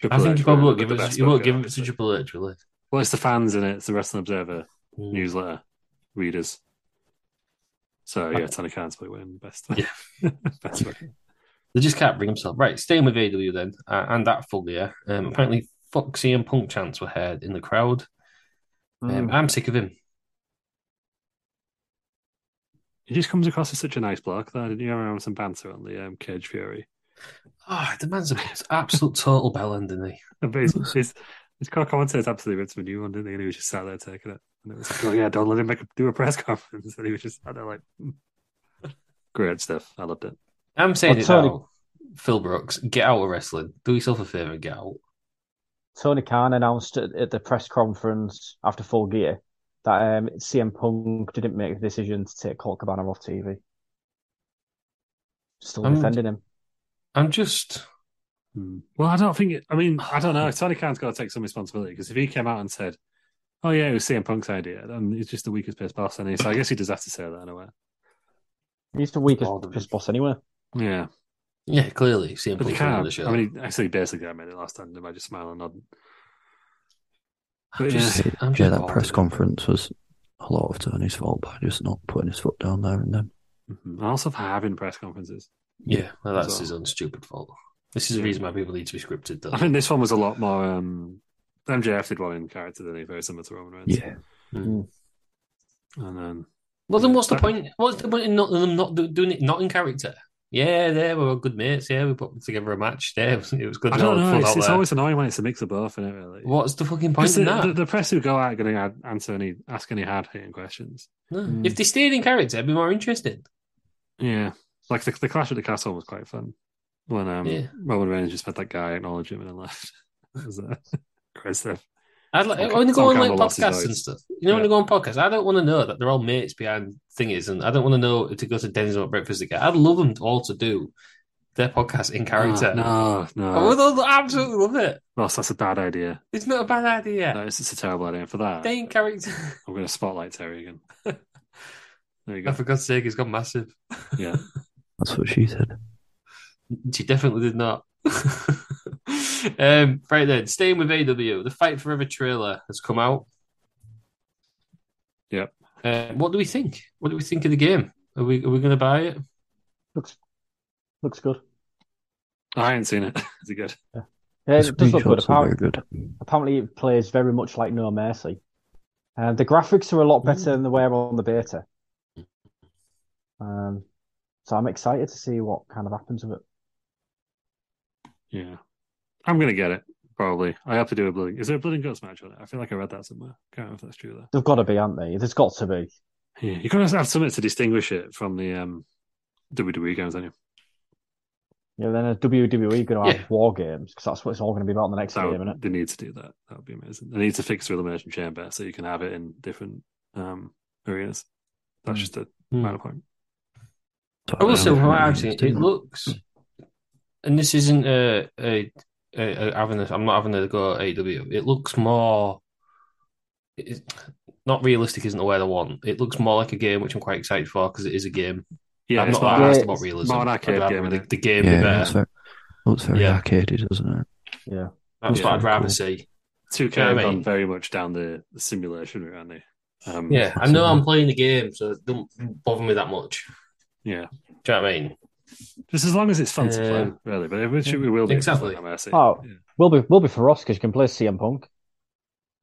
[SPEAKER 2] I
[SPEAKER 5] Triple
[SPEAKER 2] think
[SPEAKER 5] H
[SPEAKER 2] you probably won't
[SPEAKER 5] with
[SPEAKER 2] give
[SPEAKER 5] the
[SPEAKER 2] it.
[SPEAKER 5] best
[SPEAKER 2] You won't
[SPEAKER 5] booker,
[SPEAKER 2] give it to
[SPEAKER 5] obviously.
[SPEAKER 2] Triple H, really.
[SPEAKER 5] Well, it's the fans in it. It's the Wrestling Observer newsletter readers. So yeah, Tony Khan's probably winning best. best booker.
[SPEAKER 2] They just can't bring themselves. Right, staying with AW then, uh, and that full year. Um, apparently, Foxy and Punk chants were heard in the crowd.
[SPEAKER 5] Hmm.
[SPEAKER 2] Um, I'm sick of him.
[SPEAKER 5] He just comes across as such a nice bloke. Though, didn't you ever have some banter on the um, Cage Fury?
[SPEAKER 2] Ah, the man's an absolute total bell end, isn't he?
[SPEAKER 5] And but His, his, his core commentator absolutely ripped him a new one, didn't he? And he was just sat there taking it. And it was like, oh, yeah, don't let him make a, do a press conference. And he was just sat there like, "Hmm." great stuff. I loved it.
[SPEAKER 2] I'm saying
[SPEAKER 4] Well,
[SPEAKER 2] it
[SPEAKER 4] Tony-
[SPEAKER 2] now. Phil Brooks, get out of wrestling. Do yourself a favor and get out.
[SPEAKER 4] Tony Khan announced at, at the press conference after Full Gear that um, CM Punk didn't make the decision to take Colt Cabana off TV. Still
[SPEAKER 2] Um,
[SPEAKER 4] defending him.
[SPEAKER 2] I'm just.
[SPEAKER 5] Hmm. Well, I don't think it, I mean, I don't know. Tony Khan's got to take some responsibility because if he came out and said, oh, yeah, it was CM Punk's idea, then he's just the weakest pissed boss. And he, so I guess he does have to say that in a way.
[SPEAKER 4] He's the weakest
[SPEAKER 2] Baldwin.
[SPEAKER 4] piss boss anyway.
[SPEAKER 5] Yeah.
[SPEAKER 2] Yeah, clearly, seeing
[SPEAKER 5] But they
[SPEAKER 2] Punk's running the
[SPEAKER 5] can't.
[SPEAKER 2] show.
[SPEAKER 5] I mean, he- actually, basically, I made it last time by just smiling and nodding.
[SPEAKER 2] I'm
[SPEAKER 5] But
[SPEAKER 2] just,
[SPEAKER 3] Yeah,
[SPEAKER 2] I'm just
[SPEAKER 3] yeah, that
[SPEAKER 2] bored
[SPEAKER 3] press
[SPEAKER 2] of him.
[SPEAKER 3] conference was a lot of Tony's fault by just not putting his foot down there and then.
[SPEAKER 5] Mhm. And also for having press conferences.
[SPEAKER 2] Yeah, well,
[SPEAKER 5] as
[SPEAKER 2] that's
[SPEAKER 5] well.
[SPEAKER 2] his own stupid fault. This is the reason why people need to be scripted. Though.
[SPEAKER 5] I think this one was a lot more. Um, MJF did one in character, didn't he? Very similar to Roman Reigns.
[SPEAKER 3] Yeah,
[SPEAKER 2] Hmm.
[SPEAKER 5] And then,
[SPEAKER 2] Well, then what's the
[SPEAKER 5] Yeah.
[SPEAKER 2] point? What's the point in not them not do- doing it not in character? Yeah, there we were good mates. Yeah, we put together a match. There, it was, it was good.
[SPEAKER 5] I
[SPEAKER 2] and all
[SPEAKER 5] don't
[SPEAKER 2] the
[SPEAKER 5] know.
[SPEAKER 2] fun
[SPEAKER 5] It's,
[SPEAKER 2] out
[SPEAKER 5] it's
[SPEAKER 2] there.
[SPEAKER 5] always annoying when it's a mix of both, isn't it? Really.
[SPEAKER 2] What's the fucking point
[SPEAKER 5] Because the,
[SPEAKER 2] in that?
[SPEAKER 5] the, the press who go out are going to answer any, ask any hard hitting questions.
[SPEAKER 2] No. If they stayed in character, it'd be more interesting.
[SPEAKER 5] Yeah, like the, the Clash at the Castle was quite fun when um,
[SPEAKER 2] Yeah.
[SPEAKER 5] Roman Reigns just had that guy acknowledge him and then left. That was, uh, Great stuff.
[SPEAKER 2] I'd like
[SPEAKER 5] Tom Ca-
[SPEAKER 2] when they go
[SPEAKER 5] Tom
[SPEAKER 2] on like
[SPEAKER 5] Campbell lost his
[SPEAKER 2] podcasts and
[SPEAKER 5] eyes.
[SPEAKER 2] stuff. You know, when
[SPEAKER 5] Yeah.
[SPEAKER 2] they go on podcasts, I don't want to know that they're all mates behind thingies, and I don't want to know to go to Denny's and what breakfast again. I'd love them all to do their podcast in character.
[SPEAKER 5] Ah, No, no.
[SPEAKER 2] I would love- absolutely love it.
[SPEAKER 5] Ross, that's a bad idea.
[SPEAKER 2] It's not a bad idea.
[SPEAKER 5] No, it's, it's a terrible idea. And For that,
[SPEAKER 2] Stay in character.
[SPEAKER 5] I'm going to spotlight Terry again. there
[SPEAKER 2] Oh,
[SPEAKER 5] you go.
[SPEAKER 2] for God's sake, he's gone massive.
[SPEAKER 5] Yeah.
[SPEAKER 3] that's what she said.
[SPEAKER 2] She definitely did not. um, right then, staying with AW, the Fight Forever trailer has come out.
[SPEAKER 5] Yep.
[SPEAKER 2] Uh, what do we think? What do we think of the game? Are we are we going to buy it?
[SPEAKER 4] Looks looks good.
[SPEAKER 5] I ain't seen it. Is it good?
[SPEAKER 4] Yeah,
[SPEAKER 3] The
[SPEAKER 4] it does look good.
[SPEAKER 3] screenshots are very
[SPEAKER 4] Apparently,
[SPEAKER 3] good.
[SPEAKER 4] apparently it plays very much like No Mercy. Um, the graphics are a lot better than they were on the beta. Um, so I'm excited to see what kind of happens with it.
[SPEAKER 5] Yeah. I'm gonna get it, probably. I have to do a blood. Is there a blood and guts match on it? I feel like I read that somewhere. Can't remember if that's true though.
[SPEAKER 4] They've got to be, aren't they? There's got to be.
[SPEAKER 5] Yeah. You gotta have something to distinguish it from the um E WWE games, anyway.
[SPEAKER 4] You know, then a WWE going to E have
[SPEAKER 2] Yeah.
[SPEAKER 4] war games because that's what it's all going to be about in the next
[SPEAKER 5] So
[SPEAKER 4] game, isn't
[SPEAKER 5] they need to do that. That would be amazing. They need to fix the elimination chamber so you can have it in different um arenas. That's
[SPEAKER 4] Mm.
[SPEAKER 5] just a
[SPEAKER 2] Hmm. um,
[SPEAKER 5] minor point.
[SPEAKER 2] I will say,
[SPEAKER 3] Yeah,
[SPEAKER 2] well,
[SPEAKER 3] it's
[SPEAKER 2] actually, it
[SPEAKER 3] different.
[SPEAKER 2] looks, and this isn't a, a, a, a having a, I'm not having a go at AW. It looks more, it's not realistic, isn't the word I want. It looks more like a game, which I'm quite excited for because it is a game.
[SPEAKER 5] Yeah,
[SPEAKER 2] I'm
[SPEAKER 5] it's
[SPEAKER 2] not
[SPEAKER 5] more-
[SPEAKER 2] that
[SPEAKER 4] like-
[SPEAKER 2] asked
[SPEAKER 4] Yeah,
[SPEAKER 2] about
[SPEAKER 4] it's
[SPEAKER 2] realism.
[SPEAKER 5] more an arcade
[SPEAKER 2] I'd rather
[SPEAKER 5] game,
[SPEAKER 2] the,
[SPEAKER 5] isn't it?
[SPEAKER 2] the game be
[SPEAKER 3] yeah, it's
[SPEAKER 2] better.
[SPEAKER 3] very, looks very
[SPEAKER 2] Yeah.
[SPEAKER 3] arcadey, doesn't it?
[SPEAKER 4] it? Yeah.
[SPEAKER 2] That's what
[SPEAKER 5] Yeah.
[SPEAKER 2] I'd rather
[SPEAKER 3] Cool.
[SPEAKER 2] see.
[SPEAKER 5] Two K
[SPEAKER 2] Yeah, I
[SPEAKER 5] have
[SPEAKER 2] mean-
[SPEAKER 5] gone very much down the, the simulation route, aren't they? Um
[SPEAKER 2] Yeah, I
[SPEAKER 3] So-
[SPEAKER 2] know I'm playing the game, so it don't bother me that much.
[SPEAKER 5] yeah.
[SPEAKER 2] Do you know what I mean?
[SPEAKER 5] Just as long as it's fun to play,
[SPEAKER 2] Um,
[SPEAKER 5] really. But it, it will be
[SPEAKER 2] Exactly.
[SPEAKER 5] I see.
[SPEAKER 4] Oh.
[SPEAKER 5] Yeah.
[SPEAKER 4] Will be will be for us because you can play CM Punk.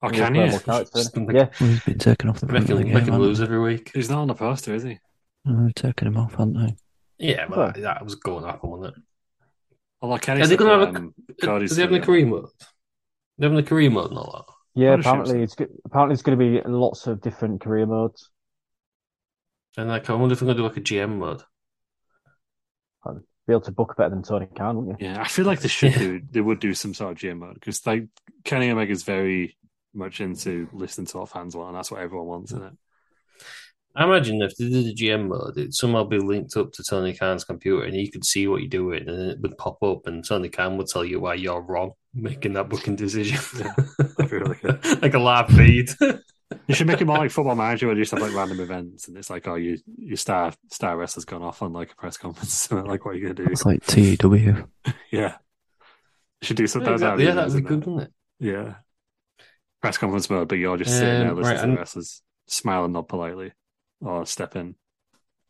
[SPEAKER 5] Oh,
[SPEAKER 4] You'll
[SPEAKER 5] can
[SPEAKER 4] play
[SPEAKER 5] you?
[SPEAKER 4] more characters, innit?
[SPEAKER 2] Something-
[SPEAKER 4] Yeah,
[SPEAKER 3] Well, he's been taken off the front
[SPEAKER 2] Make
[SPEAKER 3] of the
[SPEAKER 2] him,
[SPEAKER 3] game.
[SPEAKER 2] make him
[SPEAKER 3] haven't
[SPEAKER 2] lose every week.
[SPEAKER 5] He's not on the poster, is he?
[SPEAKER 3] they? No, they've taken him off, haven't they?
[SPEAKER 2] Yeah,
[SPEAKER 4] Well.
[SPEAKER 2] well, that, that was going up, wasn't it?
[SPEAKER 5] Although Kenny
[SPEAKER 2] Are they
[SPEAKER 5] said
[SPEAKER 2] gonna
[SPEAKER 5] that,
[SPEAKER 2] have a-
[SPEAKER 5] um,
[SPEAKER 2] Are
[SPEAKER 5] Cody's
[SPEAKER 2] they having a
[SPEAKER 5] still
[SPEAKER 2] career mode? They're having a career mode and all
[SPEAKER 4] yeah.
[SPEAKER 5] What a shame,
[SPEAKER 4] Apparently,
[SPEAKER 5] sir.
[SPEAKER 4] it's go- apparently it's going to be lots of different career modes.
[SPEAKER 2] And like, I wonder if I'm gonna do like a GM mode.
[SPEAKER 4] Be able to book better than Tony Khan, wouldn't you?
[SPEAKER 5] Yeah, I feel like they should
[SPEAKER 2] Yeah.
[SPEAKER 5] do. They would do some sort of GM mode because like Kenny Omega's very much into listening to what fans want, and that's what everyone wants, isn't it?
[SPEAKER 2] I imagine if they did a GM mode, it'd somehow be linked up to Tony Khan's computer and you could see what you're doing and it would pop up and Tony Khan would tell you why you're wrong making that booking decision.
[SPEAKER 5] Yeah, that'd be really good.
[SPEAKER 2] like a live feed.
[SPEAKER 5] You should make it more like Football Manager, where you just have like random events, and it's like, oh, you your star star wrestler's gone off on like a press conference. like, what are you gonna do?
[SPEAKER 3] It's like TW.
[SPEAKER 5] Yeah, you should do something.
[SPEAKER 2] yeah,
[SPEAKER 5] That's how it is,
[SPEAKER 2] that'd be
[SPEAKER 5] isn't
[SPEAKER 2] good,
[SPEAKER 5] it?
[SPEAKER 2] wouldn't it?
[SPEAKER 5] Yeah, press conference mode, but you're just sitting there
[SPEAKER 2] Um,
[SPEAKER 5] listening
[SPEAKER 2] right,
[SPEAKER 5] to
[SPEAKER 2] and-
[SPEAKER 5] the wrestlers, smile and nod politely, or step in.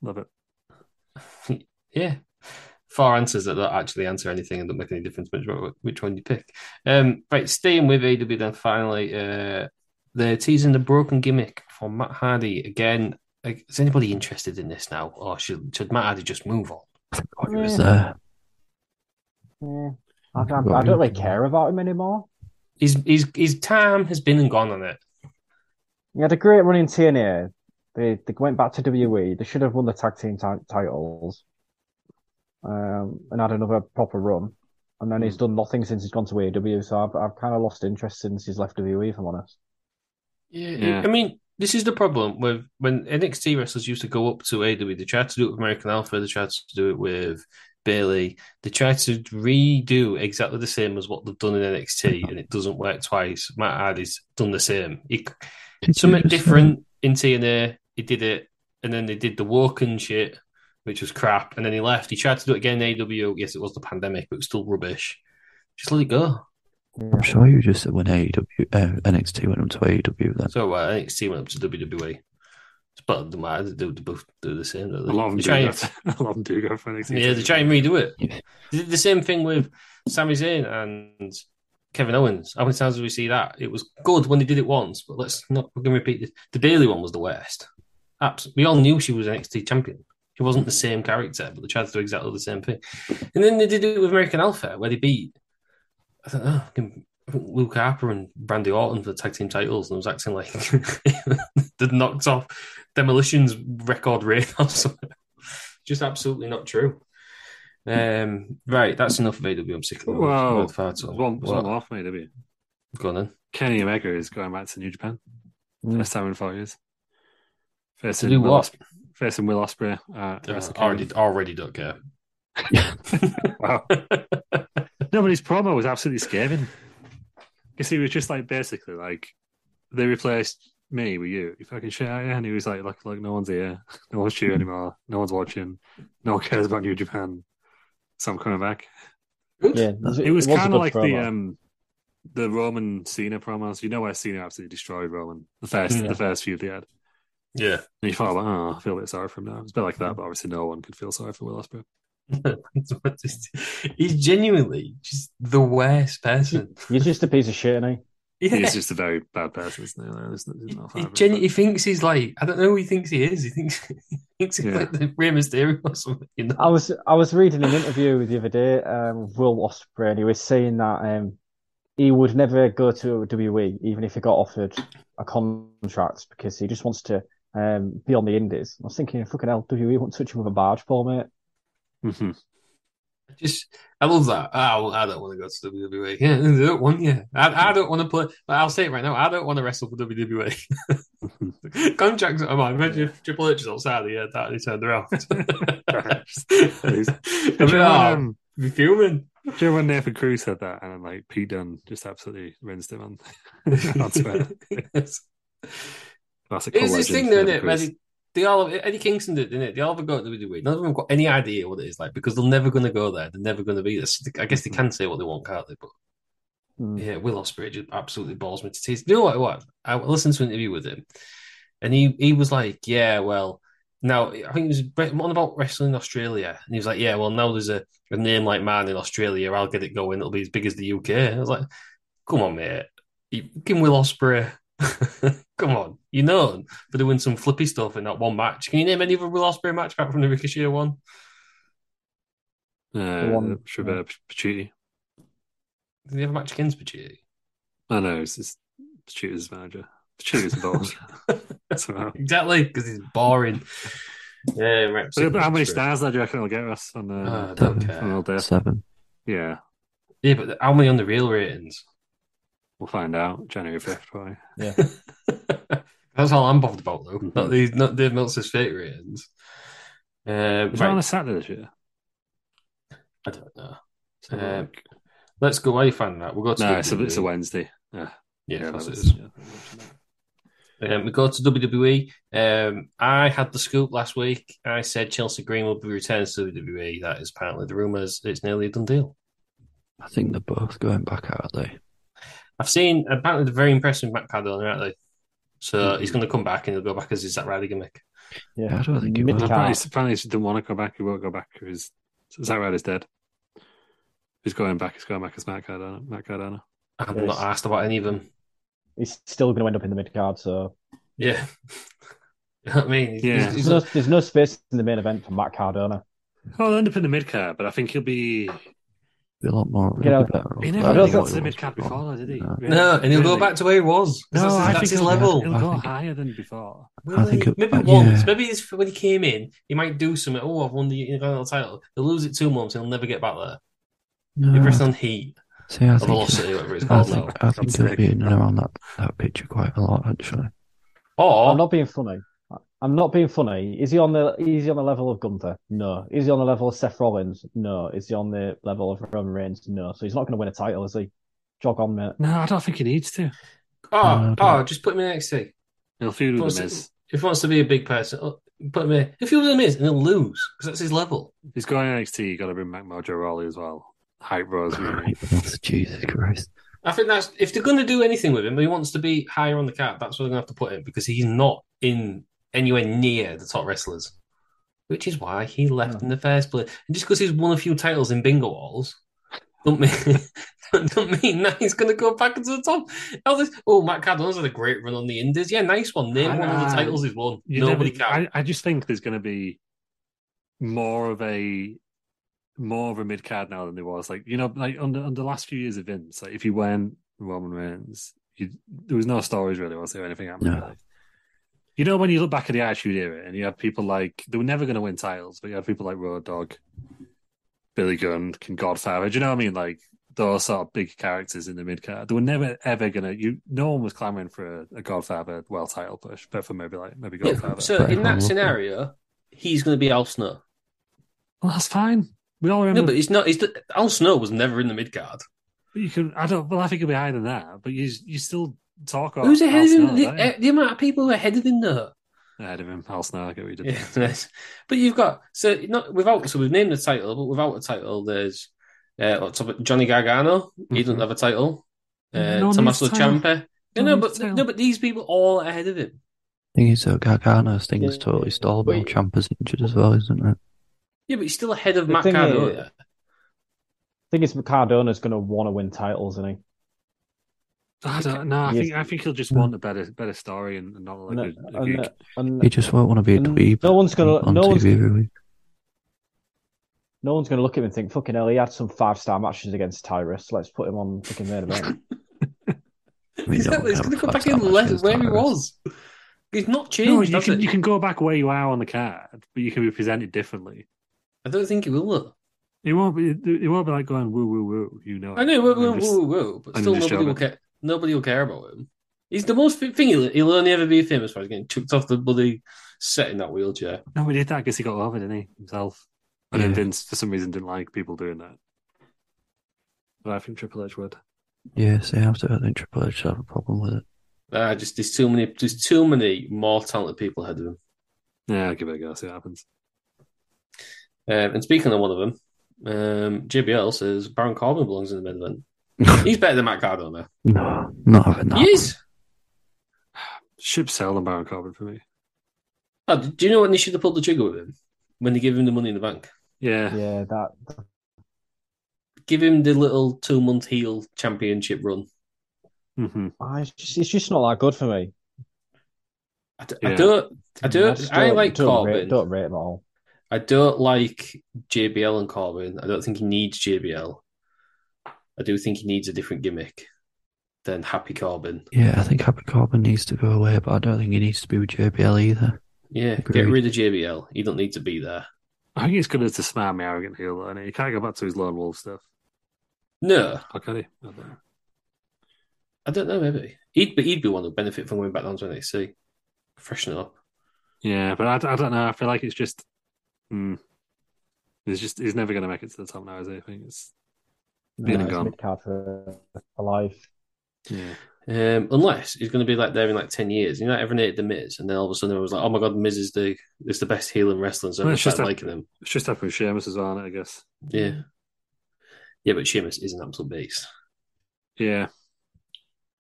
[SPEAKER 5] Love it.
[SPEAKER 2] Yeah. Four answers that don't actually answer anything and don't make any difference which one, which one you pick. Um, right, staying with AW then finally, uh, they're teasing the broken gimmick from Matt Hardy again. Like, is anybody interested in this now, or should should Matt Hardy just move on?
[SPEAKER 3] What he was there.
[SPEAKER 4] Yeah. I, can't- I don't really care about him anymore.
[SPEAKER 2] His his his time has been and gone on it.
[SPEAKER 4] He had a great run in TNA. They they went back to WWE. They should have won the tag team ti- titles, um, and had another proper run. And then he's done nothing since he's gone to AEW. So I've I've kind of lost interest since he's left WWE. If I'm honest,
[SPEAKER 2] Yeah,
[SPEAKER 5] Yeah.
[SPEAKER 2] I mean, this is the problem with when NXT wrestlers used to go up to AW. They tried to do it with American Alpha. They tried to do it with Bailey. They tried to redo exactly the same as what they've done in NXT, and it doesn't work twice. Matt Hardy's done the same. He,
[SPEAKER 3] Did you
[SPEAKER 2] something
[SPEAKER 3] just say-
[SPEAKER 2] different in TNA. He did it, and then they did the walking shit, which was crap. And then he left. He tried to do it again in AW. Yes, it was the pandemic, but it was still rubbish. Just let it go.
[SPEAKER 3] I'm sure you just said when AEW, uh, NXT went up to AEW then.
[SPEAKER 2] So uh, NXT went up to WWE. It's better than matter. They do, they both do the same. Don't
[SPEAKER 5] A
[SPEAKER 2] they?
[SPEAKER 5] lot of them
[SPEAKER 2] They
[SPEAKER 5] do
[SPEAKER 2] try
[SPEAKER 5] go.
[SPEAKER 2] and-
[SPEAKER 5] For, a lot of them do go for NXT.
[SPEAKER 2] yeah, they try and redo it.
[SPEAKER 3] Yeah.
[SPEAKER 2] They did the same thing with Sami Zayn and Kevin Owens. How many times did we see that? It was good when they did it once, but let's not we're gonna repeat this. The Bailey one was the worst. Abs- we all knew she was NXT champion. She wasn't the same character, but they tried to do exactly the same thing. And then they did it with American Alpha, where they beat I don't know, fucking- I think Luke Harper and Brandy Orton for the tag team titles, and I was acting like they'd knocked off Demolition's record rate or something. Just absolutely not true. Um, right, that's enough of AW. I'm sick of it.
[SPEAKER 5] Wow.
[SPEAKER 2] I've had
[SPEAKER 5] There's
[SPEAKER 2] some.
[SPEAKER 5] One, there's
[SPEAKER 2] What?
[SPEAKER 5] one off me, W.
[SPEAKER 2] Go on then.
[SPEAKER 5] Kenny Omega is going back to New Japan. First time in four years. First
[SPEAKER 2] Mm. do
[SPEAKER 5] Will
[SPEAKER 2] what?
[SPEAKER 5] Os- first in Will Ospreay. Uh, Wrestle Kingdom.
[SPEAKER 2] already, already don't care.
[SPEAKER 5] Wow. No, but his promo was absolutely scathing. Because he was just like basically like they replaced me with you. You fucking shit out here. And he was like, look, look, no one's here. No one's here anymore. No one's watching. No one cares about New Japan. So I'm coming back.
[SPEAKER 4] yeah,
[SPEAKER 5] It was,
[SPEAKER 4] a
[SPEAKER 5] kind
[SPEAKER 4] good
[SPEAKER 5] of like the
[SPEAKER 4] promo.
[SPEAKER 5] um the Roman Cena promos. You know where Cena absolutely destroyed Roman the first
[SPEAKER 2] Yeah.
[SPEAKER 5] the first few they had.
[SPEAKER 2] yeah.
[SPEAKER 5] And you thought, oh, I feel a bit sorry for him now. It's a bit like that, but obviously no one could feel sorry for Will Ospreay.
[SPEAKER 2] He's genuinely just the worst person.
[SPEAKER 4] He's just a piece of shit, and
[SPEAKER 2] Yeah.
[SPEAKER 5] He's just a very bad person, isn't he? Like, there's- there's
[SPEAKER 2] He,
[SPEAKER 5] no
[SPEAKER 2] he
[SPEAKER 5] fibre,
[SPEAKER 2] genu-
[SPEAKER 5] but-
[SPEAKER 2] he thinks he's like I don't know who he thinks he is. He thinks he thinks he's
[SPEAKER 5] Yeah.
[SPEAKER 2] like the Rey Mysterio or something. You know?
[SPEAKER 4] I was I was reading an interview the other day um, with Will Ospreay, and he was saying that um, he would never go to WWE even if he got offered a contract because he just wants to um, be on the Indies. I was thinking, fucking hell, WWE won't touch him with a barge pole, mate.
[SPEAKER 5] Mhm.
[SPEAKER 2] Just I love that. Oh, I don't want to E. go to WWE. Yeah, they don't want you. I, I don't want to play. But I'll say it right now. I don't want to wrestle for WWE. Contracts am I? Imagine if Triple H is outside. Yeah, that he turned around.
[SPEAKER 5] Do you, know when,
[SPEAKER 2] I'm
[SPEAKER 5] um,
[SPEAKER 2] human.
[SPEAKER 5] do you know when Nathan Cruz said that and like Pete Dunne just absolutely rinsed him on, on Twitter? Classic
[SPEAKER 2] It's
[SPEAKER 5] Paul
[SPEAKER 2] this
[SPEAKER 5] Legend,
[SPEAKER 2] thing, though, isn't
[SPEAKER 5] Nathan
[SPEAKER 2] it? Where
[SPEAKER 5] Cruz.
[SPEAKER 2] they, they all Eddie Kingston did, didn't it? They all have got to WWE. None of them have got any idea what it is like because they're never going to go there. They're never going to be there. So they- I guess they can say what they want, can't they? But
[SPEAKER 4] Mm.
[SPEAKER 2] yeah, Will Ospreay just absolutely balls me to tears. You know what? What I listened to an interview with him, and he he was like, "Yeah, well, now I think it was bre- one about wrestling in Australia, and he was like, "Yeah, well, now there's a, a name like mine in Australia. I'll get it going. It'll be as big as the UK." I was like, "Come on, mate, you can Will Ospreay." Come on, you know him for doing some flippy stuff in that one match. Can you name any other Will Ospreay match apart from the Ricochet one?
[SPEAKER 5] Uh,
[SPEAKER 4] The one-
[SPEAKER 5] Trevor Pachuti.
[SPEAKER 2] Did he have a match against Pachuti?
[SPEAKER 5] I know, it's just Pachuti's manager. Pachuti's involved. Somehow.
[SPEAKER 2] Exactly, because he's boring. Yeah, right.
[SPEAKER 5] So how many
[SPEAKER 2] True.
[SPEAKER 5] stars do you reckon it'll get us on the
[SPEAKER 2] Ah, I don't
[SPEAKER 3] Seven.
[SPEAKER 2] care.
[SPEAKER 5] on Old Death?
[SPEAKER 3] Seven.
[SPEAKER 5] Yeah,
[SPEAKER 2] Yeah, but how many on the real ratings?
[SPEAKER 5] we'll find out January fifth, probably.
[SPEAKER 2] That's all I'm bothered about, though.
[SPEAKER 5] Mhm.
[SPEAKER 2] Not these, not Dave Meltzer's fake ratings. Um,
[SPEAKER 5] Was that on a
[SPEAKER 2] right,
[SPEAKER 5] Saturday this year?
[SPEAKER 2] I don't know.
[SPEAKER 5] Let's have a
[SPEAKER 2] Um,
[SPEAKER 5] look.
[SPEAKER 2] Let's go. Why are you finding that? We'll go to
[SPEAKER 5] no,
[SPEAKER 2] WWE.
[SPEAKER 5] it's a, it's a Wednesday. Yeah,
[SPEAKER 2] Yeah, of course it
[SPEAKER 5] that's-
[SPEAKER 2] is.
[SPEAKER 5] yeah, I'm watching that.
[SPEAKER 2] Um, we go to WWE. Um, I had the scoop last week. I said Chelsea Green will be returning to WWE. That is apparently the rumours. It's nearly a done deal.
[SPEAKER 3] I think they're both going back, aren't they?
[SPEAKER 2] I've seen apparently the very impressive Matt Cardona, aren't they? So
[SPEAKER 5] Mhm.
[SPEAKER 2] he's going to come back and he'll go back as is that Riley gimmick.
[SPEAKER 3] I don't think it
[SPEAKER 4] Mid-
[SPEAKER 3] was.
[SPEAKER 5] Well,
[SPEAKER 4] Can't.
[SPEAKER 5] apparently, apparently he didn't want to go back. He won't go back. He's, Zack Ryder's dead. He's going back. He's going back as Matt Cardona. Matt Cardona.
[SPEAKER 2] I'm
[SPEAKER 4] Yes.
[SPEAKER 2] not asked about any of them.
[SPEAKER 4] He's still going to end up in the mid card, so
[SPEAKER 2] Yeah, you know what I mean, He's-
[SPEAKER 5] Yeah.
[SPEAKER 2] he's- he's
[SPEAKER 4] there's no, there's no space in the main event for Matt Cardona.
[SPEAKER 5] Oh, they'll end up in the mid card, but I think he'll be.
[SPEAKER 3] Be a lot more.
[SPEAKER 4] You know,
[SPEAKER 3] be better off
[SPEAKER 5] He
[SPEAKER 3] there
[SPEAKER 5] never
[SPEAKER 4] I don't
[SPEAKER 5] really
[SPEAKER 3] than
[SPEAKER 5] got
[SPEAKER 3] what
[SPEAKER 5] to
[SPEAKER 3] he was
[SPEAKER 5] the mid card
[SPEAKER 3] before.
[SPEAKER 5] before, though, did he?
[SPEAKER 3] No.
[SPEAKER 5] Really?
[SPEAKER 2] no, and he'll go
[SPEAKER 5] Really?
[SPEAKER 2] back to where he was. 'Cause
[SPEAKER 5] No,
[SPEAKER 2] that's,
[SPEAKER 5] I
[SPEAKER 2] that's
[SPEAKER 5] think
[SPEAKER 2] his
[SPEAKER 5] he'll
[SPEAKER 2] level.
[SPEAKER 5] Go, he'll go
[SPEAKER 3] I think-
[SPEAKER 5] higher than before.
[SPEAKER 2] Will
[SPEAKER 3] I think
[SPEAKER 2] he?
[SPEAKER 3] it-
[SPEAKER 2] maybe
[SPEAKER 3] uh,
[SPEAKER 2] once.
[SPEAKER 3] yeah.
[SPEAKER 2] Maybe it's when he came in, he might do something. Oh, I've won the Intercontinental title. He'll lose it two months. He'll never get back there. He'll
[SPEAKER 3] No.
[SPEAKER 2] rest on heat
[SPEAKER 3] See, I
[SPEAKER 2] or
[SPEAKER 3] think,
[SPEAKER 2] velocity, whatever it's
[SPEAKER 3] I
[SPEAKER 2] called now.
[SPEAKER 3] think, I think he'll be in and around that, that picture quite a lot, actually.
[SPEAKER 2] Or
[SPEAKER 4] I'm not being funny. I'm not being funny. Is he on the is he on the level of Gunther? No. Is he on the level of Seth Rollins? No. Is he on the level of Roman Reigns? No. So he's not going to win a title, is he? Jog on, mate.
[SPEAKER 5] No, I don't think he needs to.
[SPEAKER 2] oh,
[SPEAKER 3] No, I
[SPEAKER 2] oh, just put him in NXT.
[SPEAKER 5] He'll feud with
[SPEAKER 2] Plus
[SPEAKER 5] the
[SPEAKER 2] it-
[SPEAKER 5] Miz.
[SPEAKER 2] If he wants to be a big person, oh, put him in. If he was a Miz, and he'll lose because that's his level.
[SPEAKER 5] He's going NXT. You got to bring Mac Mojo Rawley as well. Hype Rose.
[SPEAKER 2] Mm.
[SPEAKER 3] Right, that's- Jesus Christ.
[SPEAKER 2] I think that's if they're going to do anything with him, he wants to be higher on the card. That's where they're going to have to put him because he's not in anywhere near the top wrestlers, which is why he left
[SPEAKER 4] Yeah.
[SPEAKER 5] Hmm.
[SPEAKER 2] in the first place. And just because he's won a few titles in bingo halls, don't mean don't mean that he's going to go back into the top. All this- oh, Matt Cardona's had a great run on the Indies. Yeah, nice one. Name one of the
[SPEAKER 5] Ah,
[SPEAKER 2] titles he's won.
[SPEAKER 5] You
[SPEAKER 2] Nobody
[SPEAKER 5] never-
[SPEAKER 2] can.
[SPEAKER 5] I, I just think there's going to be more of a more of a mid card now than there was. Like you know, like under under the last few years of Vince, like if you went Roman Reigns, you, there was no stories really, was there? Anything happened?
[SPEAKER 3] No.
[SPEAKER 5] really. You know, when you look back at the Attitude Era, and you had people like they were never going to win titles, but you had people like Road Dog, Billy Gunn, King Godfather. Do you know what I mean? Like those sort of big characters in the mid card. They were never ever gonna. You, no one was clamoring for a, a Godfather world title push, but for maybe like maybe
[SPEAKER 2] Yeah,
[SPEAKER 5] Godfather.
[SPEAKER 2] so
[SPEAKER 3] Pretty
[SPEAKER 2] in that
[SPEAKER 3] horrible.
[SPEAKER 2] scenario, he's going to be Al Snow.
[SPEAKER 5] well, that's fine. We all remember.
[SPEAKER 2] No, but it's not. It's the, Al Snow was never in the mid card.
[SPEAKER 5] but you can. I don't. Well, I think it'll be higher than that. But you you still talk.
[SPEAKER 2] Who's
[SPEAKER 5] about
[SPEAKER 2] ahead of
[SPEAKER 5] Al
[SPEAKER 2] him?
[SPEAKER 5] Snow,
[SPEAKER 2] the,
[SPEAKER 5] don't you?
[SPEAKER 2] eh, the amount of people who are ahead of him there.
[SPEAKER 5] ahead of him? Al Snow. I get what you did.
[SPEAKER 2] Yeah,
[SPEAKER 5] there.
[SPEAKER 2] nice. But you've got so not without so we've named the title, but without a title, there's uh, what's up, Johnny Gargano. He doesn't
[SPEAKER 5] Mhm.
[SPEAKER 2] have a title. Uh,
[SPEAKER 5] No one
[SPEAKER 2] Tommaso
[SPEAKER 5] needs a title.
[SPEAKER 2] Ciampa. No,
[SPEAKER 5] one
[SPEAKER 2] no,
[SPEAKER 5] needs
[SPEAKER 2] but
[SPEAKER 5] a title.
[SPEAKER 2] no, but these people all are ahead of him.
[SPEAKER 3] Thing is, though, Gargano's thing is
[SPEAKER 4] Yeah.
[SPEAKER 3] totally stalled. Now
[SPEAKER 4] Wait.
[SPEAKER 3] Champa's injured as well, isn't it?
[SPEAKER 2] Yeah, but he's still ahead of
[SPEAKER 4] The
[SPEAKER 2] Matt
[SPEAKER 4] thing
[SPEAKER 2] Cardo.
[SPEAKER 4] is- I think it's Cardona's going to want to win titles, isn't he?
[SPEAKER 5] I don't know. I
[SPEAKER 4] Yes.
[SPEAKER 5] think I think he'll just want a better better story and not like
[SPEAKER 4] No,
[SPEAKER 5] a, a
[SPEAKER 4] and,
[SPEAKER 5] gook.
[SPEAKER 4] uh, and
[SPEAKER 3] He just won't want to be a
[SPEAKER 4] And
[SPEAKER 3] dweeb.
[SPEAKER 4] no one's gonna-
[SPEAKER 3] on
[SPEAKER 4] no
[SPEAKER 3] TV
[SPEAKER 4] one's-
[SPEAKER 3] every week.
[SPEAKER 4] no one's going to look at him and think, "Fucking hell, he had some five star matches against Tyrus. Let's put him on fucking main event."
[SPEAKER 3] I mean, no one
[SPEAKER 2] Exactly. He's
[SPEAKER 3] can
[SPEAKER 2] going to
[SPEAKER 3] have
[SPEAKER 2] go back
[SPEAKER 3] five-star
[SPEAKER 2] in less
[SPEAKER 3] matches,
[SPEAKER 2] where he
[SPEAKER 3] Tyrus.
[SPEAKER 2] was. He's not
[SPEAKER 5] No,
[SPEAKER 2] changed.
[SPEAKER 5] you
[SPEAKER 2] has
[SPEAKER 5] can
[SPEAKER 2] he?
[SPEAKER 5] you can go back where you are on the card, but you can be presented differently.
[SPEAKER 2] I don't think he will. Though.
[SPEAKER 5] It won't be it won't be like going woo woo woo. You know,
[SPEAKER 2] I know, whoa,
[SPEAKER 5] I'm
[SPEAKER 2] whoa,
[SPEAKER 5] just-
[SPEAKER 2] whoa, whoa, but
[SPEAKER 5] I'm
[SPEAKER 2] still
[SPEAKER 5] just
[SPEAKER 2] nobody will
[SPEAKER 5] joking.
[SPEAKER 2] care. Nobody will care about him. He's the most fi- thing. He'll, he'll only ever be famous for is getting chucked off the bloody set in that wheelchair.
[SPEAKER 5] No, we did that because he got over, didn't he himself? And then
[SPEAKER 3] Yeah.
[SPEAKER 5] Vince, for some reason, didn't like people doing that. But I think Triple H would.
[SPEAKER 3] Yeah, see, after I think Triple H should have a problem with it.
[SPEAKER 2] Ah, just there's too many. There's too many more talented people ahead of him.
[SPEAKER 5] Yeah, I'll give it a go. See what happens.
[SPEAKER 2] Um, and speaking of one of them, um, JBL says Baron Corbin belongs in the main event. He's better than Matt Cardona.
[SPEAKER 3] No, not having that.
[SPEAKER 2] He is.
[SPEAKER 5] Should sell on Baron Corbin for me.
[SPEAKER 2] Oh, do you know when they should have pulled the trigger with him? When they give him the money in the bank,
[SPEAKER 5] Yeah,
[SPEAKER 4] yeah, that
[SPEAKER 2] give him the little two month heel championship run.
[SPEAKER 5] hmm
[SPEAKER 4] I, it's, just, it's just not that good for me.
[SPEAKER 2] I, d- I
[SPEAKER 5] Yeah.
[SPEAKER 2] don't. I
[SPEAKER 4] just
[SPEAKER 2] don't. I like
[SPEAKER 4] don't
[SPEAKER 2] Corbin.
[SPEAKER 4] Rate, don't rate him at all.
[SPEAKER 2] I don't like JBL and Corbin. I don't think he needs JBL. I do think he needs a different gimmick than Happy Corbin.
[SPEAKER 3] Yeah, I think Happy Corbin needs to go away, but I don't think he needs to be with JBL either.
[SPEAKER 2] Yeah,
[SPEAKER 3] Agreed.
[SPEAKER 2] get rid of JBL. You don't need to be there.
[SPEAKER 5] I think it's good as a smarmy, arrogant heel, though, innit? He can't go back to his lone wolf stuff.
[SPEAKER 2] No,
[SPEAKER 5] Or can he? I don't know.
[SPEAKER 2] I don't know. Maybe he'd be he'd be one who would benefit from going back down to NXT, freshen up.
[SPEAKER 5] Yeah, but I, I don't know. I feel like it's just. Mm, he's just he's never going to make it to the top now, is he? I think it's. Been and gone.
[SPEAKER 4] mid card for for life.
[SPEAKER 5] Yeah.
[SPEAKER 2] Um, unless he's going to be like there in like ten years. You know, everyone hated the Miz, and then all of a sudden it was like, oh my god, Miz is the is the best heel in wrestling. So
[SPEAKER 5] Well,
[SPEAKER 2] I
[SPEAKER 5] it's just
[SPEAKER 2] started
[SPEAKER 5] that-
[SPEAKER 2] liking him.
[SPEAKER 5] It's just happened with Sheamus as well, innit, I guess.
[SPEAKER 2] Yeah, yeah, but Sheamus is an absolute beast.
[SPEAKER 5] Yeah.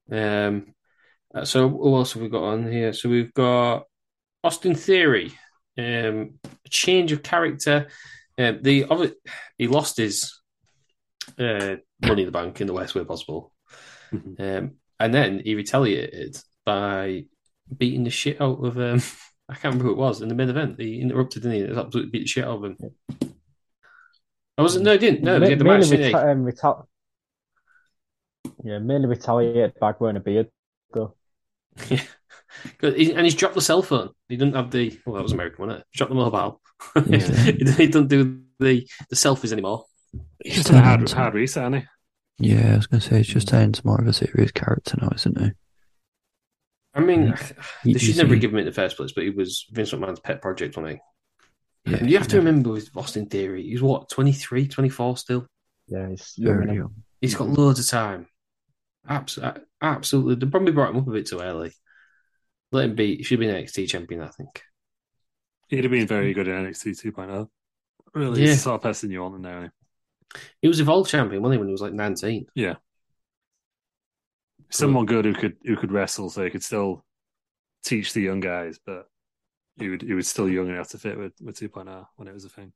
[SPEAKER 2] Um, uh, so who else have we got on here? So we've got Austin Theory, um, a change of character. Um, the obvi- he lost his uh, money in the bank in the worst way possible,
[SPEAKER 4] Mm-hmm.
[SPEAKER 5] Mhm.
[SPEAKER 2] um, and then he retaliated by beating the shit out of um, I can't remember who it was in the main event. He interrupted, didn't he? It was absolutely beat the shit out of him. I wasn't. No, he didn't. No, they
[SPEAKER 4] Ma-
[SPEAKER 2] had the
[SPEAKER 4] mainly
[SPEAKER 2] match. Didn't
[SPEAKER 4] reta-
[SPEAKER 2] he?
[SPEAKER 4] um, reta- yeah, mainly retaliated back wearing a beard though.
[SPEAKER 2] Yeah. Good. He- And he's dropped the cell phone. He didn't have the. Well, that was American, wasn't it? He dropped the mobile.
[SPEAKER 3] Yeah.
[SPEAKER 2] he didn't- he doesn't do the, the selfies anymore.
[SPEAKER 5] He's just a hard, hard reset, isn't he?
[SPEAKER 3] Yeah, I was going to say, it's
[SPEAKER 4] Mm.
[SPEAKER 3] just turning into more of a serious character now, isn't it?
[SPEAKER 2] I mean,
[SPEAKER 3] You-
[SPEAKER 2] they
[SPEAKER 3] you
[SPEAKER 2] should never
[SPEAKER 3] see-
[SPEAKER 2] give him it in the first place, but he was Vince McMahon's pet project, wasn't he?
[SPEAKER 3] Yeah,
[SPEAKER 2] And you have to remember with Austin Theory, he's what, 23, 24 still?
[SPEAKER 4] Yeah, he's
[SPEAKER 3] Very
[SPEAKER 4] young,
[SPEAKER 3] young.
[SPEAKER 2] He's got loads of time. Abs- absolutely. They probably brought him up a bit too early. Let him be. He should be an NXT champion, I think.
[SPEAKER 5] He'd have been very good in NXT 2.0. oh. Really, he's
[SPEAKER 2] Yeah.
[SPEAKER 5] the sort of person you want in there. innit?
[SPEAKER 2] He was Evolve champion, wasn't he, when he was like 19?
[SPEAKER 5] Someone good who could who could wrestle, so he could still teach the young guys, but he would he was still young enough to fit with with 2.0 when it was a thing.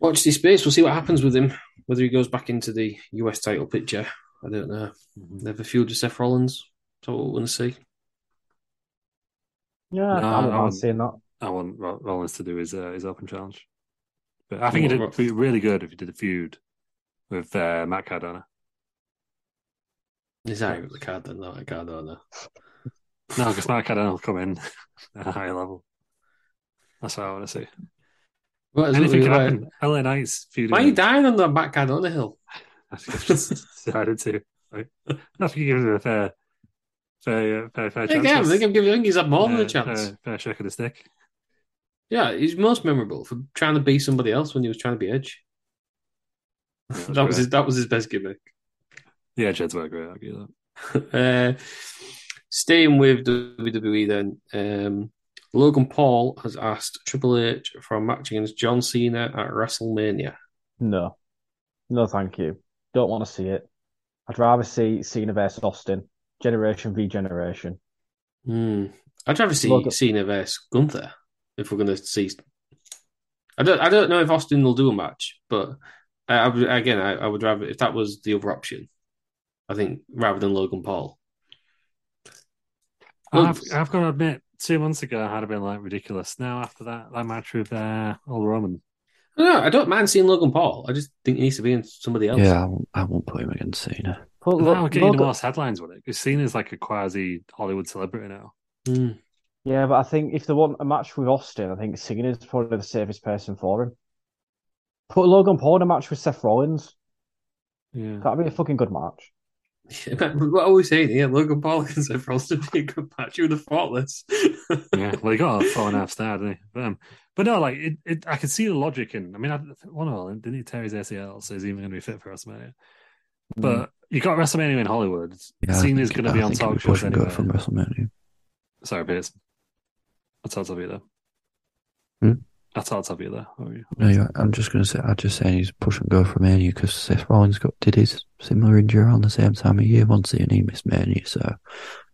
[SPEAKER 2] Watch this space. We'll see what happens with him. Whether he goes back into the US title picture, I don't know. They have a feud with Seth Rollins. So we're going to see.
[SPEAKER 4] Yeah,
[SPEAKER 5] No,
[SPEAKER 4] I
[SPEAKER 5] I
[SPEAKER 4] don't mind
[SPEAKER 5] wouldn't.
[SPEAKER 4] seeing that.
[SPEAKER 5] I want Ro- Rollins to do his uh, his open challenge, but I think
[SPEAKER 2] Well,
[SPEAKER 5] it'd be really good if he did a feud with uh, Matt Cardona.
[SPEAKER 2] Is that the card then? Not a card, though, no.
[SPEAKER 5] No, because Matt Cardona will come in at a higher level. That's what I want to see.
[SPEAKER 2] Well, it's
[SPEAKER 5] Anything
[SPEAKER 2] literally
[SPEAKER 5] can
[SPEAKER 2] like-
[SPEAKER 5] happen. LA Knight's feud.
[SPEAKER 2] Why are you dying on the back card on the hill?
[SPEAKER 5] I think I've just decided to. Like, I think he gives him a fair, fair, uh, fair, fair
[SPEAKER 2] I
[SPEAKER 5] chance.
[SPEAKER 2] think, I think I'm giving I think he's had more than a
[SPEAKER 5] Uh,
[SPEAKER 2] chance.
[SPEAKER 5] Fair, fair shake of the stick.
[SPEAKER 2] yeah, he's most memorable for trying to be somebody else when he was trying to be Edge.
[SPEAKER 5] that's
[SPEAKER 2] that was
[SPEAKER 5] great.
[SPEAKER 2] his, that was his best gimmick.
[SPEAKER 5] Yeah, Jed's work great. I'll give you that.
[SPEAKER 2] Uh, staying with WWE, then um, Logan Paul has asked Triple H for a match against John Cena at WrestleMania.
[SPEAKER 4] No, no, thank you. Don't want to see it. I'd rather see Cena versus Austin, generation v generation.
[SPEAKER 2] Hmm. I'd rather see
[SPEAKER 4] Logan-
[SPEAKER 2] Cena versus Gunther if we're going to see. I don't. I don't know if Austin will do a match, but I, I would- again, I, I would rather if that was the other option. I think rather than Logan Paul. Well,
[SPEAKER 5] I've, I've got to admit, two months ago, I'd have been like ridiculous. Now, after that, that match with uh, Old Roman,
[SPEAKER 2] No, I don't mind seeing Logan Paul. I just think he needs to be in somebody else.
[SPEAKER 3] Yeah, I won't, I won't put him against Cena.
[SPEAKER 4] But
[SPEAKER 5] Well,
[SPEAKER 4] look,
[SPEAKER 5] now we're getting the
[SPEAKER 4] Logan-
[SPEAKER 5] most headlines with it. Because Cena's like a quasi Hollywood celebrity now.
[SPEAKER 2] Hmm.
[SPEAKER 4] yeah, but I think if they want a match with Austin, I think Cena's probably the safest person for him. Put Logan Paul in a match with Seth Rollins.
[SPEAKER 5] Yeah.
[SPEAKER 4] That'd be a fucking good match.
[SPEAKER 2] what are we saying here? Logan Paul and Seth Rollins would be a good match. You would have thought this.
[SPEAKER 5] yeah. Well, he got a four and a half star, didn't he? Um, but no, like, it, it, I could see the logic in. I mean, I, one of all, didn't he tear his ACL? So he's even going to be fit for
[SPEAKER 2] Mm.
[SPEAKER 5] WrestleMania. But you got WrestleMania in Hollywood.
[SPEAKER 3] Yeah, I
[SPEAKER 5] Cena's
[SPEAKER 3] think-
[SPEAKER 5] going to be
[SPEAKER 3] I
[SPEAKER 5] on
[SPEAKER 3] think it'd
[SPEAKER 5] talk shows
[SPEAKER 3] pushing good
[SPEAKER 5] anyway.
[SPEAKER 3] from WrestleMania.
[SPEAKER 5] Sorry, Pierce. I thought I'd be there.
[SPEAKER 3] Hmm?
[SPEAKER 5] I thought I'd be there. What were you?
[SPEAKER 3] No, you're right. I'm just going to say, I'm just saying he's push and go for Mania because Seth Rollins got did his similar injury around the same time of year once and he missed Mania, so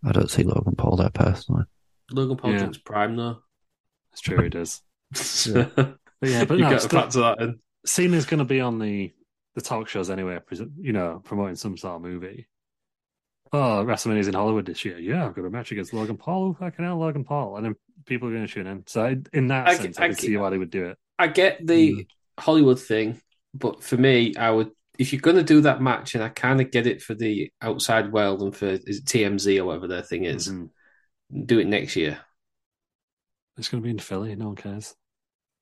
[SPEAKER 3] I don't see Logan Paul there personally.
[SPEAKER 2] Logan Paul
[SPEAKER 5] Yeah.
[SPEAKER 2] drinks prime though.
[SPEAKER 5] It's true, it is.
[SPEAKER 2] So
[SPEAKER 5] But yeah, but
[SPEAKER 2] you
[SPEAKER 5] no,
[SPEAKER 2] got to
[SPEAKER 5] still-
[SPEAKER 2] factor that in.
[SPEAKER 5] Cena's going to be on the the talk shows anyway, pres- you know, promoting some sort of movie. Oh, WrestleMania's in Hollywood this year. Yeah, I've got a match against Logan Paul. Fucking hell, Logan Paul. And then people are going to tune in. So I, in that
[SPEAKER 2] I c-
[SPEAKER 5] sense,
[SPEAKER 2] I
[SPEAKER 5] I, can
[SPEAKER 2] c-
[SPEAKER 5] see why they would do it.
[SPEAKER 2] I get the
[SPEAKER 5] Hmm.
[SPEAKER 2] Hollywood thing, but for me, I would if you're going to do that match, and I kind of get it for the outside world
[SPEAKER 5] Mm-hmm.
[SPEAKER 2] and for is it TMZ or whatever their thing is,
[SPEAKER 5] Mhm.
[SPEAKER 2] do it next year.
[SPEAKER 5] It's going to be in Philly. No one cares.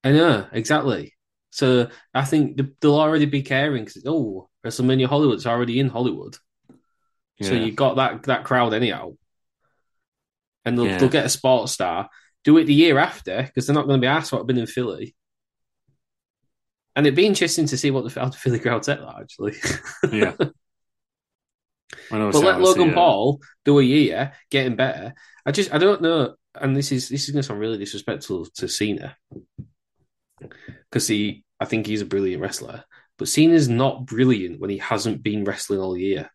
[SPEAKER 2] I know, exactly. So I think th- they'll already be caring because, oh, WrestleMania Hollywood's already in Hollywood. So
[SPEAKER 5] Yeah.
[SPEAKER 2] you got that, that crowd anyhow. And they'll,
[SPEAKER 5] Yeah.
[SPEAKER 2] they'll get a sports star, do it the year after because they're not going to be asked what been in Philly. And it'd be interesting to see what the, how the Philly crowd take that, actually.
[SPEAKER 5] yeah. I know.
[SPEAKER 2] But let Logan
[SPEAKER 5] yeah.
[SPEAKER 2] Paul do a year, getting better. I just I don't know, and this is this is gonna sound really disrespectful to Cena because he I think he's a brilliant wrestler, but Cena's not brilliant when he hasn't been wrestling all year.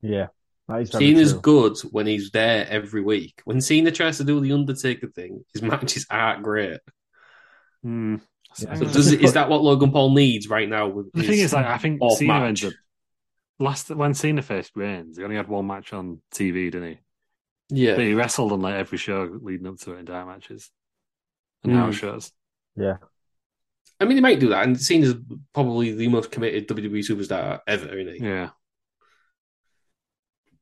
[SPEAKER 4] Yeah, that is very
[SPEAKER 2] Cena's
[SPEAKER 4] true.
[SPEAKER 2] good when he's there every week. When Cena tries to do the Undertaker thing, his matches aren't great.
[SPEAKER 5] Hmm.
[SPEAKER 4] Yeah.
[SPEAKER 2] So
[SPEAKER 4] Mm.
[SPEAKER 2] does it, is that what Logan Paul needs right now? With
[SPEAKER 5] The
[SPEAKER 2] his,
[SPEAKER 5] thing is, like, I think
[SPEAKER 2] off
[SPEAKER 5] Cena
[SPEAKER 2] match.
[SPEAKER 5] ends up last when Cena first reigns. He only had one match on TV, didn't he?
[SPEAKER 2] yeah,
[SPEAKER 5] But he wrestled on like every show leading up to it in dark matches and
[SPEAKER 2] Hmm.
[SPEAKER 5] house shows.
[SPEAKER 2] I mean he might do that, and Cena's probably the most committed WWE superstar ever, isn't he?
[SPEAKER 5] Yeah.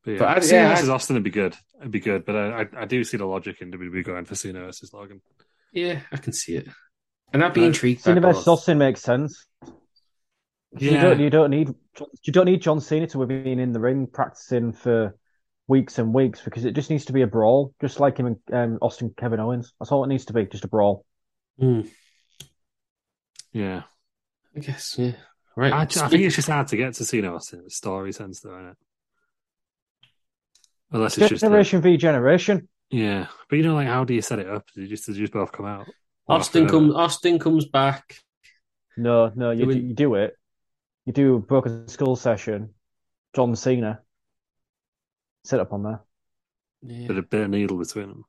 [SPEAKER 5] But yeah,
[SPEAKER 2] But I-
[SPEAKER 5] Cena
[SPEAKER 2] yeah, I-
[SPEAKER 5] versus Austin would be good. It'd be good, but I, I, I do see the logic in WWE going for Cena versus Logan.
[SPEAKER 2] Yeah, I can see it. And I'd be
[SPEAKER 5] Right.
[SPEAKER 2] intrigued. by
[SPEAKER 4] Cena versus
[SPEAKER 2] both.
[SPEAKER 4] Austin makes sense. You don't, you don't need you don't need John Cena to have been in the ring practicing for weeks and weeks because it just needs to be a brawl, just like him and um, Austin Kevin Owens. That's all it needs to be, just a brawl.
[SPEAKER 2] Hmm,
[SPEAKER 5] yeah.
[SPEAKER 2] I guess, yeah. Right.
[SPEAKER 5] I, ju- I think it's just hard to get to Cena Austin in a story sense, though, isn't it? Unless it's just. a-
[SPEAKER 4] generation v generation.
[SPEAKER 5] yeah. But you know, like, how do you set it up? Do you just, do you just both come out? One after
[SPEAKER 2] Austin
[SPEAKER 5] another?
[SPEAKER 2] comes Austin comes back.
[SPEAKER 4] No, no, you
[SPEAKER 2] Do we-
[SPEAKER 4] do, you do it. You do a broken skull session. John Cena. Sit up on there.
[SPEAKER 2] Yeah.
[SPEAKER 5] Bit of, bit of needle between them.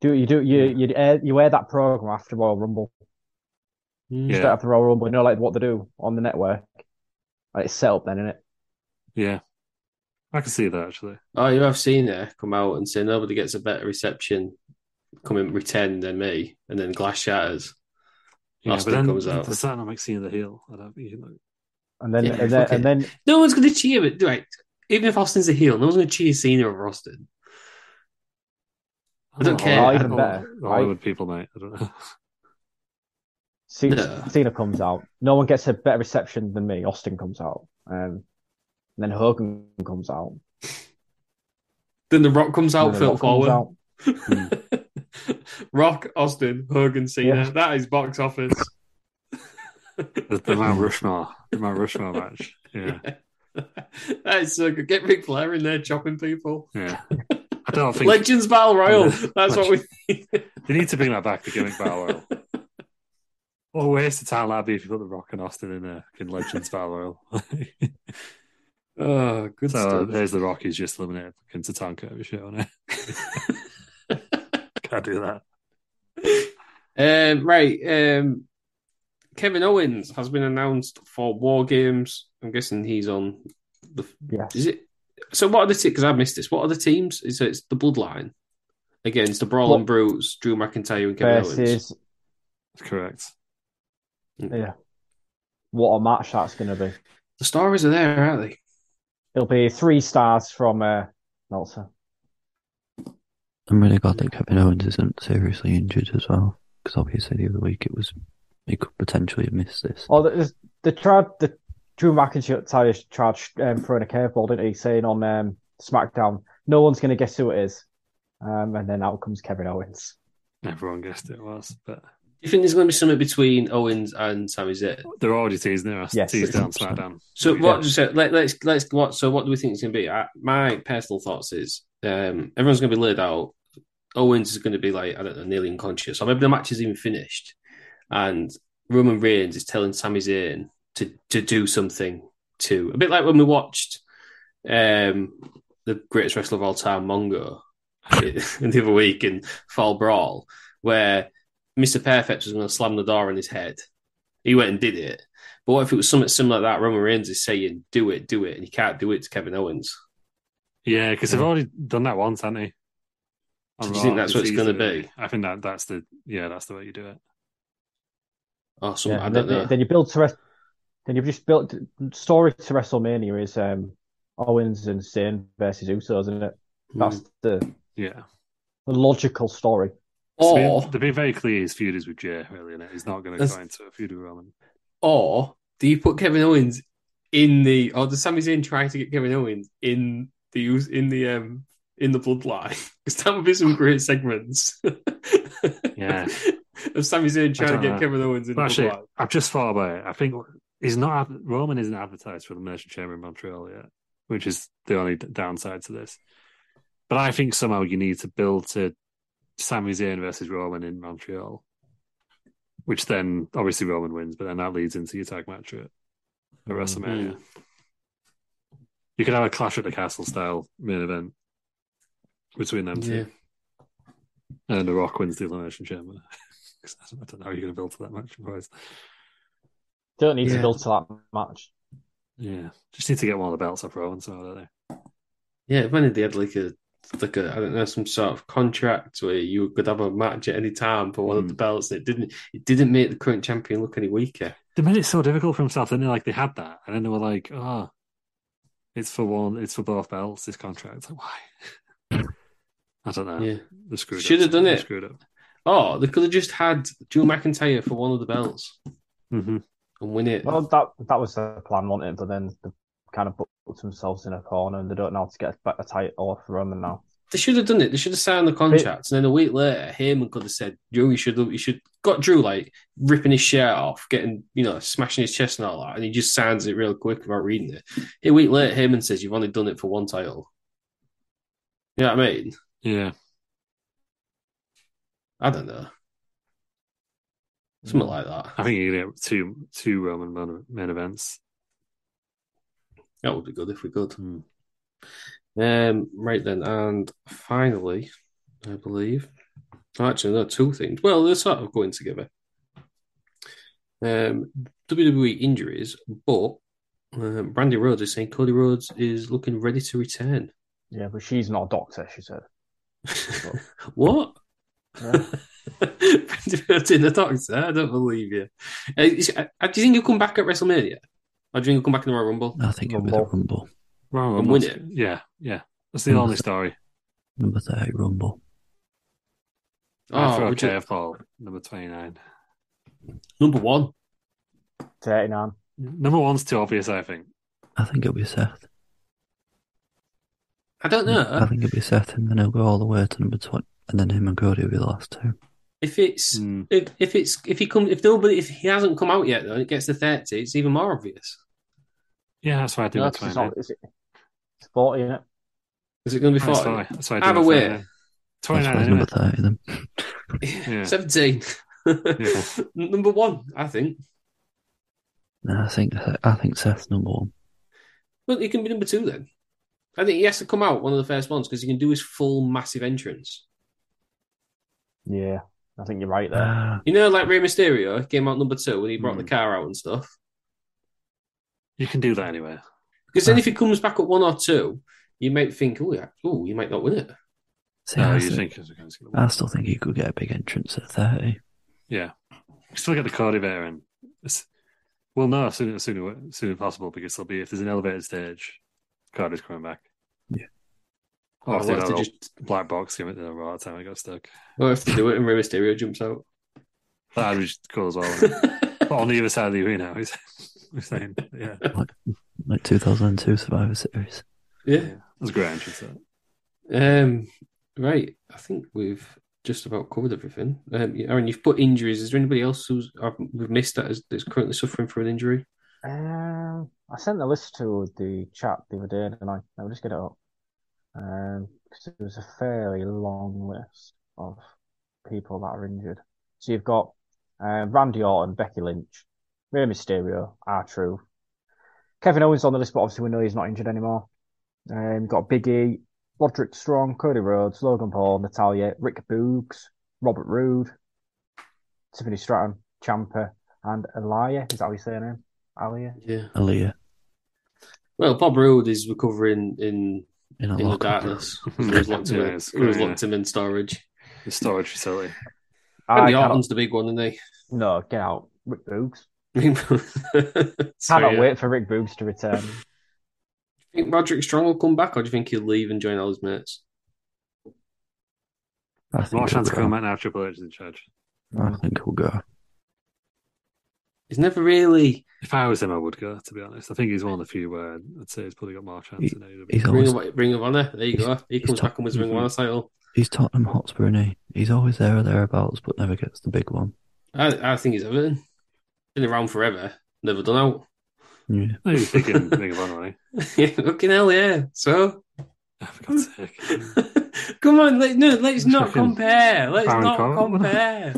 [SPEAKER 4] Do you do you
[SPEAKER 5] Yeah.
[SPEAKER 4] you air you air that program after Royal Rumble?
[SPEAKER 2] Mm.
[SPEAKER 4] Straight
[SPEAKER 5] Yeah.
[SPEAKER 4] after Royal Rumble, you know, like what they do on the network. Like, it's set up then, isn't it?
[SPEAKER 5] Yeah. I can see that, actually.
[SPEAKER 2] Oh, you have seen her come out and say nobody gets a better reception coming pretend than me, and then glass shatters.
[SPEAKER 5] Yeah,
[SPEAKER 2] Austin
[SPEAKER 5] but then
[SPEAKER 2] comes out.
[SPEAKER 5] does that not make Cena the heel? I don't think you know.
[SPEAKER 4] And then
[SPEAKER 2] Yeah,
[SPEAKER 4] and then
[SPEAKER 2] fucking-
[SPEAKER 4] and then
[SPEAKER 2] No one's gonna cheer it right. Even if Austin's a heel, no one's gonna cheer Cena or Austin. I don't
[SPEAKER 5] know,
[SPEAKER 2] care.
[SPEAKER 5] all-
[SPEAKER 2] Even
[SPEAKER 5] all-
[SPEAKER 4] better.
[SPEAKER 5] all Hollywood people, mate. I don't know.
[SPEAKER 4] C-
[SPEAKER 2] No.
[SPEAKER 4] Cena comes out. No one gets a better reception than me. Austin comes out. Um, and then Hogan comes out.
[SPEAKER 2] Then the Rock comes out,
[SPEAKER 4] And then
[SPEAKER 2] Phil
[SPEAKER 4] Rock comes
[SPEAKER 2] Forward.
[SPEAKER 4] out. Hmm.
[SPEAKER 2] Rock, Austin, Hogan, Cena.
[SPEAKER 4] Yeah.
[SPEAKER 2] That is box office.
[SPEAKER 5] The, the Mount Rushmore. The Mount Rushmore match. Yeah.
[SPEAKER 2] that is so good. Get Ric Flair in there chopping people.
[SPEAKER 5] Yeah. I don't think
[SPEAKER 2] Legends Battle Royal.
[SPEAKER 5] Yeah.
[SPEAKER 2] That's what we need.
[SPEAKER 5] they need to bring that back, the gimmick Battle Royal. What a waste of time that'd be if you put The Rock and Austin in a in Legends Battle Royal.
[SPEAKER 2] Oh, good
[SPEAKER 5] so uh, there's The Rock, he's just eliminated fucking Tatanka and shit on it. Can't do that.
[SPEAKER 2] Um, right. Um, Kevin Owens has been announced for War Games. I'm guessing he's on the.
[SPEAKER 4] Yes.
[SPEAKER 2] Is it? So what are the because I missed this. What are the teams? Is it- it's the Bloodline against the Brawling
[SPEAKER 4] What-
[SPEAKER 2] Brutes, Drew McIntyre and Kevin Owens?
[SPEAKER 4] Versus
[SPEAKER 5] That's correct.
[SPEAKER 4] what a match that's going to be.
[SPEAKER 2] The stories are there, aren't they?
[SPEAKER 4] It'll be three stars from uh, Meltzer.
[SPEAKER 3] I'm really glad that Kevin Owens isn't seriously injured as well, because obviously the other week it was he could potentially have missed this.
[SPEAKER 4] Oh, the, the tried the Drew McIntyre tried um, throwing a curveball, didn't he? Saying on um, SmackDown, no one's going to guess who it is. Um, and then out comes Kevin Owens.
[SPEAKER 5] Everyone guessed it was, but
[SPEAKER 2] Do you think there's going to be something between Owens and Sami Zayn?
[SPEAKER 5] they're already teasing their ass.
[SPEAKER 4] Yes.
[SPEAKER 5] Teased down, SmackDown.
[SPEAKER 2] So what?
[SPEAKER 5] Yeah.
[SPEAKER 2] So let, let's let's what? So what do we think it's going to be? I, my personal thoughts is um, everyone's going to be laid out. Owens is going to be like I don't know, nearly unconscious, or maybe the match is even finished, and Roman Reigns is telling Sami Zayn to to do something to a bit like when we watched um, the greatest wrestler of all time, Mongo, in the other week in Fall Brawl, where Mister Perfect was going to slam the door on his head. He went and did it. But what if it was something similar to that? Roman Reigns is saying, "Do it, do it," and you can't do it to Kevin Owens.
[SPEAKER 5] Yeah, because they've already done that once, haven't they?
[SPEAKER 2] Do
[SPEAKER 5] On
[SPEAKER 2] you
[SPEAKER 5] Raw,
[SPEAKER 2] think that's what it's
[SPEAKER 5] easy,
[SPEAKER 2] gonna
[SPEAKER 5] really.
[SPEAKER 2] be?
[SPEAKER 5] I think that that's the yeah, that's the way you do it.
[SPEAKER 2] Or something.
[SPEAKER 4] Yeah,
[SPEAKER 2] Oh, I
[SPEAKER 4] and
[SPEAKER 2] don't
[SPEAKER 4] then,
[SPEAKER 2] know.
[SPEAKER 4] then you build to rest. Then you've just built story to WrestleMania is um, Owens and Zayn versus Usos, isn't it? That's the,
[SPEAKER 5] Yeah,
[SPEAKER 4] the logical story.
[SPEAKER 5] Or
[SPEAKER 2] Or,
[SPEAKER 5] they're being very clear his feud is with Jay, really, and he's not going to
[SPEAKER 2] That's-
[SPEAKER 5] go into a feud with Roman.
[SPEAKER 2] or do you put Kevin Owens in the, or does Sami Zayn try to get Kevin Owens in the use in the um in the bloodline? Because that would be some great segments.
[SPEAKER 5] Yeah.
[SPEAKER 2] of Sami Zayn trying
[SPEAKER 5] don't
[SPEAKER 2] to get
[SPEAKER 5] know.
[SPEAKER 2] Kevin Owens in
[SPEAKER 5] But
[SPEAKER 2] the
[SPEAKER 5] actually,
[SPEAKER 2] bloodline.
[SPEAKER 5] I've just thought about it. I think he's not ad- Roman isn't advertised for the Merchant Chamber in Montreal yet, which is the only d- downside to this. But I think somehow you need to build to Sami Zayn versus Roman in Montreal, which then obviously Roman wins, but then that leads into your tag match at, at WrestleMania. You could have a clash at the castle style main event between them two,
[SPEAKER 2] Yeah.
[SPEAKER 5] and The Rock wins the Elimination Chamber. 'Cause I don't know how you're going to build to that match, boys.
[SPEAKER 4] Don't need to
[SPEAKER 2] Yeah.
[SPEAKER 4] build to that match.
[SPEAKER 5] Yeah, just need to get one of the belts off Rowan, so don't they?
[SPEAKER 2] Yeah, if only they had like a like a I don't know some sort of contract where you could have a match at any time for one of the belts. It didn't it didn't make the current champion look any weaker.
[SPEAKER 5] They made it so difficult for himself, didn't they? Like they had that, and then they were like, "Oh, it's for one, it's for both belts. This contract." It's like, why? I don't know.
[SPEAKER 2] Yeah.
[SPEAKER 5] They screwed up.
[SPEAKER 2] Should have done
[SPEAKER 5] They
[SPEAKER 2] it.
[SPEAKER 5] Screwed up.
[SPEAKER 2] Oh, they could have just had Drew McIntyre for one of the belts
[SPEAKER 5] hmm
[SPEAKER 2] and win it.
[SPEAKER 4] Well, that that was the plan, wasn't it? But then they kind of booked themselves in a corner and they don't know how to get a better title off Roman now.
[SPEAKER 2] They should have done it. They should have signed the contract, and then a week later, Heyman could have said, "Drew, you should, you should got Drew like ripping his shirt off, getting you know, smashing his chest and all that, and he just signs it real quick without reading it." A week later, Heyman says, "You've only done it for one title." You know what I mean?
[SPEAKER 5] Yeah,
[SPEAKER 2] I don't know, something like that.
[SPEAKER 5] I think you're gonna get two two Roman main- main events.
[SPEAKER 2] That would be good if we could.
[SPEAKER 5] Hmm.
[SPEAKER 2] Um, right then, and finally, I believe. Actually, no, two things. Well, they're sort of going together. Um, WWE injuries, but um, Brandy Rhodes is saying Cody Rhodes is looking ready to return.
[SPEAKER 4] Yeah, but she's not a doctor, she said.
[SPEAKER 2] what?
[SPEAKER 4] Yeah.
[SPEAKER 2] Brandy Rhodes in the doctor? I don't believe you. Uh, is- uh, do you think he'll come back at WrestleMania? Or do you think he'll come back in the Royal Rumble?
[SPEAKER 3] I think it'll be the
[SPEAKER 4] Rumble.
[SPEAKER 3] Rumble.
[SPEAKER 5] Roman
[SPEAKER 2] And
[SPEAKER 5] Reigns-
[SPEAKER 2] win
[SPEAKER 5] Yeah, yeah. That's the
[SPEAKER 3] Mm.
[SPEAKER 5] only story.
[SPEAKER 3] Number 30, Rumble.
[SPEAKER 5] I
[SPEAKER 2] Oh,
[SPEAKER 5] throw
[SPEAKER 2] would you-
[SPEAKER 5] KF Paul number twenty nine.
[SPEAKER 2] number one.
[SPEAKER 4] 39.
[SPEAKER 5] Number one's too obvious, I think.
[SPEAKER 3] I think it'll be Seth.
[SPEAKER 2] I don't know.
[SPEAKER 3] I think it'll be Seth, and then he'll go all the way to number 20, and then him and Cody will be the last two.
[SPEAKER 2] If it's
[SPEAKER 5] Mm.
[SPEAKER 2] if, if it's if he come if nobody if he hasn't come out yet though and it gets to thirty, it's even more obvious.
[SPEAKER 5] Yeah, that's why I do
[SPEAKER 4] No,
[SPEAKER 5] no,
[SPEAKER 4] 'cause
[SPEAKER 5] twenty
[SPEAKER 4] it's,
[SPEAKER 5] nine.
[SPEAKER 4] not, is it, it's 40, innit?
[SPEAKER 2] Is it going to be
[SPEAKER 5] That's
[SPEAKER 2] forty?
[SPEAKER 5] why. That's why I do
[SPEAKER 2] Either
[SPEAKER 5] it
[SPEAKER 2] way.
[SPEAKER 5] 29.
[SPEAKER 3] That's
[SPEAKER 5] Twenty
[SPEAKER 3] why
[SPEAKER 5] nine.
[SPEAKER 3] he's
[SPEAKER 5] Anyway.
[SPEAKER 3] number 30 then.
[SPEAKER 5] Yeah.
[SPEAKER 2] Seventeen.
[SPEAKER 5] Yeah.
[SPEAKER 2] Number one, I think.
[SPEAKER 3] No, I think I think Seth's number one.
[SPEAKER 2] Well, he can be number two then. I think he has to come out one of the first ones because he can do his full massive entrance.
[SPEAKER 4] Yeah, I think you're right there.
[SPEAKER 5] Uh,
[SPEAKER 3] Ah,
[SPEAKER 2] You know, like Rey Mysterio came out number two when he brought the
[SPEAKER 5] Hmm.
[SPEAKER 2] car out and stuff.
[SPEAKER 5] You can do that anyway.
[SPEAKER 2] Because then if he comes back at one or two, you might think, oh, yeah, oh, you might not win it.
[SPEAKER 3] see, I,
[SPEAKER 5] No, oh, Uh, you
[SPEAKER 3] still-
[SPEAKER 5] think it's going to
[SPEAKER 3] I still think he could get a big entrance at 30.
[SPEAKER 5] Yeah. Still get the Cody veteran. It's, we'll know as soon as soon as soon as possible because there'll be if there's an elevated stage, Cody's coming back.
[SPEAKER 3] Yeah.
[SPEAKER 5] Or if
[SPEAKER 2] Or
[SPEAKER 5] they
[SPEAKER 2] what if
[SPEAKER 5] don't
[SPEAKER 2] they
[SPEAKER 5] know,
[SPEAKER 2] just
[SPEAKER 5] black box came at the right time I got stuck.
[SPEAKER 2] or if they do it and Rey Mysterio jumps out.
[SPEAKER 5] That'd be just cool as well. wouldn't it? but on the other side of the arena, he's, he's saying, yeah,
[SPEAKER 3] Like 2002 Survivor Series.
[SPEAKER 2] yeah.
[SPEAKER 5] that's a great entrance. That.
[SPEAKER 2] Um, right. I think we've just about covered everything. Um, yeah, Aaron, you've put injuries. Is there anybody else who's uh, we've missed that is, that's currently suffering from an injury?
[SPEAKER 4] Um, I sent the list to the chat the other day, didn't I? I'll just get it up. Um, because it was a fairly long list of people that are injured. So you've got um, Randy Orton, Becky Lynch, Rey Mysterio, R-Truth. Kevin Owens on the list, but obviously we know he's not injured anymore. Um, you've got Big E, Roderick Strong, Cody Rhodes, Logan Paul, Natalia, Rick Boogs, Robert Roode, Tiffany Stratton, Champa, and Elia. Is that how you say her name? Alia?
[SPEAKER 2] Yeah.
[SPEAKER 3] Aaliyah
[SPEAKER 2] Well, Bob Roode is recovering in
[SPEAKER 3] in
[SPEAKER 2] in
[SPEAKER 3] a
[SPEAKER 2] the
[SPEAKER 3] locker.
[SPEAKER 2] darkness. He was locked him
[SPEAKER 5] Yeah,
[SPEAKER 2] in.
[SPEAKER 5] it's
[SPEAKER 2] He was
[SPEAKER 5] great,
[SPEAKER 2] locked him in storage.
[SPEAKER 5] The storage facility.
[SPEAKER 2] And
[SPEAKER 4] I
[SPEAKER 2] the
[SPEAKER 4] cannot-
[SPEAKER 2] Orton's the big one, isn't he?
[SPEAKER 4] No, get out. Rick Boogs.
[SPEAKER 2] So,
[SPEAKER 4] Cannot
[SPEAKER 2] yeah.
[SPEAKER 4] wait for Rick Boogs to return.
[SPEAKER 2] Do you think Roderick Strong will come back, or do you think he'll leave and join all his mates?
[SPEAKER 3] I think
[SPEAKER 5] More
[SPEAKER 3] he'll
[SPEAKER 5] chance of
[SPEAKER 3] go.
[SPEAKER 5] coming out now. Triple H is in charge.
[SPEAKER 3] I think he'll go.
[SPEAKER 2] He's never really.
[SPEAKER 5] If I was him, I would go. To be honest, I think he's one of the few where I'd say he's probably got more chance. in AEW.
[SPEAKER 3] He's
[SPEAKER 2] Ring
[SPEAKER 3] always
[SPEAKER 2] of, Ring of Honor. There you go. He
[SPEAKER 3] he's
[SPEAKER 2] comes
[SPEAKER 3] top- Mm-hmm.
[SPEAKER 2] back and wins the Ring of Honor title.
[SPEAKER 3] he's Tottenham Hotspur, and he he's always there or thereabouts, but never gets the big one.
[SPEAKER 2] I, I think he's Everton. Been around forever. Never done out.
[SPEAKER 3] Yeah.
[SPEAKER 5] No, he's thinking Ring of Honor. eh?
[SPEAKER 2] yeah, fucking hell yeah. So
[SPEAKER 5] Oh, for God's sake.
[SPEAKER 2] Oh, come on, let, no, let's not
[SPEAKER 5] Fucking
[SPEAKER 2] compare. Let's
[SPEAKER 5] Baron
[SPEAKER 2] not
[SPEAKER 5] Corbin, wasn't it?
[SPEAKER 2] compare.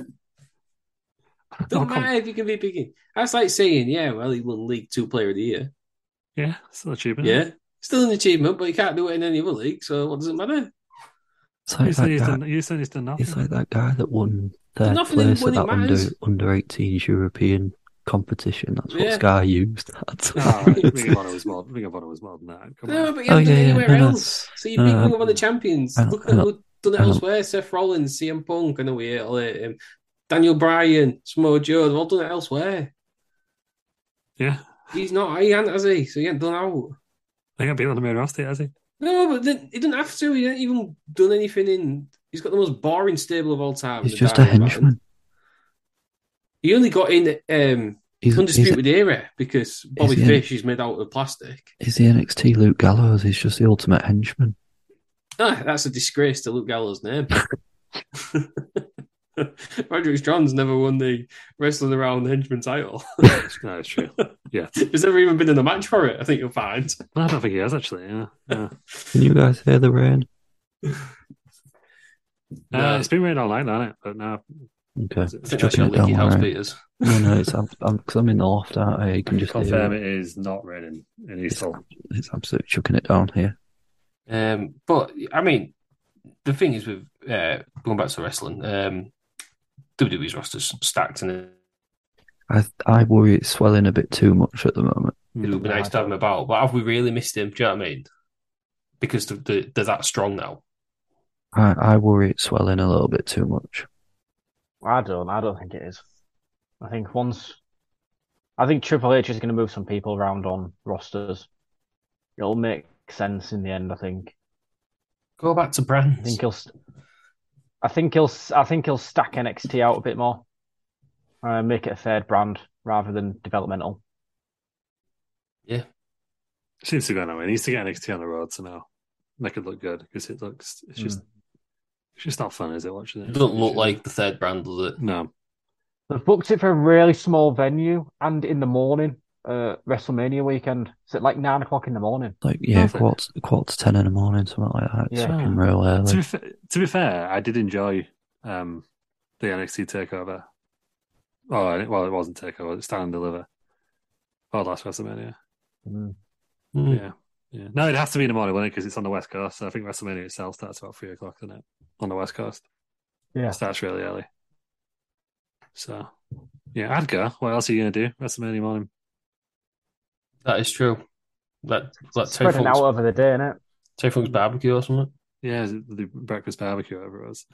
[SPEAKER 2] Don't
[SPEAKER 5] I'll come-
[SPEAKER 2] matter if you can be picking. That's like saying, yeah, well, he won League Two Player of the Year.
[SPEAKER 5] Yeah, still
[SPEAKER 3] Mm-hmm.
[SPEAKER 5] achievement.
[SPEAKER 2] Yeah, still an achievement, but you can't do it in any other league. So what does it matter?
[SPEAKER 3] It's
[SPEAKER 5] You
[SPEAKER 3] like
[SPEAKER 5] said
[SPEAKER 3] that
[SPEAKER 5] he's
[SPEAKER 3] guy.
[SPEAKER 5] done, you said he's done nothing.
[SPEAKER 3] It's like that guy that won third
[SPEAKER 2] Nothing in-
[SPEAKER 3] place at
[SPEAKER 2] when it
[SPEAKER 3] that under
[SPEAKER 2] matters.
[SPEAKER 3] under 18s European competition. That's what
[SPEAKER 2] Yeah.
[SPEAKER 3] Sky used. That's
[SPEAKER 5] No, Ring of Honor was more. Ring of Honor was more than that. Come
[SPEAKER 2] No,
[SPEAKER 5] on.
[SPEAKER 2] but you
[SPEAKER 3] Oh,
[SPEAKER 2] haven't done
[SPEAKER 3] yeah,
[SPEAKER 2] it
[SPEAKER 3] yeah.
[SPEAKER 2] anywhere
[SPEAKER 3] No, no.
[SPEAKER 2] else. So you've
[SPEAKER 3] No,
[SPEAKER 2] been
[SPEAKER 3] no,
[SPEAKER 2] one
[SPEAKER 3] no.
[SPEAKER 2] of the champions.
[SPEAKER 3] I know,
[SPEAKER 2] Look
[SPEAKER 3] I
[SPEAKER 2] at
[SPEAKER 3] know,
[SPEAKER 2] who've done it
[SPEAKER 3] I know.
[SPEAKER 2] elsewhere. Seth Rollins, CM Punk, I know we hate all hate him. Daniel Bryan, Samoa Joe, they've all done it elsewhere.
[SPEAKER 5] Yeah,
[SPEAKER 2] He's not, he ain't, has he? So he ain't done out.
[SPEAKER 5] I think I've been on the main roster, has he?
[SPEAKER 2] No, but then he didn't have to. He ain't even done anything in. He's got the most boring stable of all time.
[SPEAKER 3] he's
[SPEAKER 2] the
[SPEAKER 3] just a
[SPEAKER 2] Diamond Baron.
[SPEAKER 3] henchman.
[SPEAKER 2] He only got in um,
[SPEAKER 3] He's, he's,
[SPEAKER 2] Undisputed Era because Bobby
[SPEAKER 3] he's in-
[SPEAKER 2] Fish is made out of plastic.
[SPEAKER 3] he's the NXT Luke Gallows. He's just the ultimate henchman.
[SPEAKER 2] Ah, that's a disgrace to Luke Gallows' name. Roderick Strong's never won the wrestling around henchman title.
[SPEAKER 5] No, it's true.
[SPEAKER 2] He's never even been in a match for it. I think you'll find.
[SPEAKER 5] No, I don't think he has actually. Yeah, Uh, yeah.
[SPEAKER 3] Can you guys hear the rain?
[SPEAKER 5] Uh,
[SPEAKER 2] No.
[SPEAKER 5] it's been raining all night, hasn't it? But no,
[SPEAKER 3] Okay.
[SPEAKER 2] I think that's
[SPEAKER 3] Chucking
[SPEAKER 2] your
[SPEAKER 3] it down,
[SPEAKER 2] leaky house,
[SPEAKER 3] alright.
[SPEAKER 2] Peters.
[SPEAKER 3] No, no, it's because I'm, 'cause I'm in the loft, aren't I? You can just
[SPEAKER 5] confirm
[SPEAKER 3] hear it.
[SPEAKER 5] it is not raining in
[SPEAKER 3] It's,
[SPEAKER 5] Eastall.
[SPEAKER 3] it's absolutely chucking it down here.
[SPEAKER 2] Um, but I mean, the thing is with uh, going back to wrestling, um, WWE's roster's stacked, and
[SPEAKER 3] I I worry it's swelling a bit too much at the moment.
[SPEAKER 2] it
[SPEAKER 4] Mm-hmm.
[SPEAKER 2] would be Hmm. nice to have him about. But have we really missed him? Do you know what I mean? Because the, the, they're that strong now.
[SPEAKER 3] I, I worry it's swelling a little bit too much.
[SPEAKER 4] I don't. I don't think it is. I think once, I think Triple H is going to move some people around on rosters. It'll make sense in the end. I think.
[SPEAKER 2] Go back to
[SPEAKER 4] I
[SPEAKER 2] brands.
[SPEAKER 4] think he'll. st- I think he'll. s- I think he'll stack NXT out a bit more. Uh, make it a third brand rather than developmental.
[SPEAKER 5] Seems to go nowhere. He needs to get NXT on the road somehow. Make it look good because it looks. It's just. It's just not fun, is it? Watching it.
[SPEAKER 2] It doesn't look
[SPEAKER 5] It's-
[SPEAKER 2] like the third brand, does it?
[SPEAKER 5] No,
[SPEAKER 4] They've booked it for a really small venue and in the morning. Uh, WrestleMania weekend. Is it like nine o'clock in the morning?
[SPEAKER 3] Like yeah,
[SPEAKER 5] Nothing.
[SPEAKER 3] quarter quarter to ten in the morning, something like that. It's
[SPEAKER 4] Yeah.
[SPEAKER 3] fucking real
[SPEAKER 5] to,
[SPEAKER 3] early.
[SPEAKER 5] be fa- to be fair, I did enjoy um, the NXT takeover. Oh, I- well, it wasn't takeover. It's stand and deliver. Oh, last WrestleMania.
[SPEAKER 4] Mm.
[SPEAKER 2] Hmm.
[SPEAKER 5] Yeah, yeah. No, it has to be in the morning, wouldn't it? Because it's on the west coast. So I think WrestleMania itself starts about three o'clock, doesn't it? On the west coast,
[SPEAKER 4] Yeah.
[SPEAKER 5] it starts really early. So, yeah, I'd go. What else are you gonna do? WrestleMania morning.
[SPEAKER 2] That is true. Let let Tay
[SPEAKER 4] Spreading out
[SPEAKER 2] Funk's,
[SPEAKER 4] over the day, innit?
[SPEAKER 2] Tay Funk's barbecue or something.
[SPEAKER 5] Yeah, is it the breakfast barbecue, whatever it was.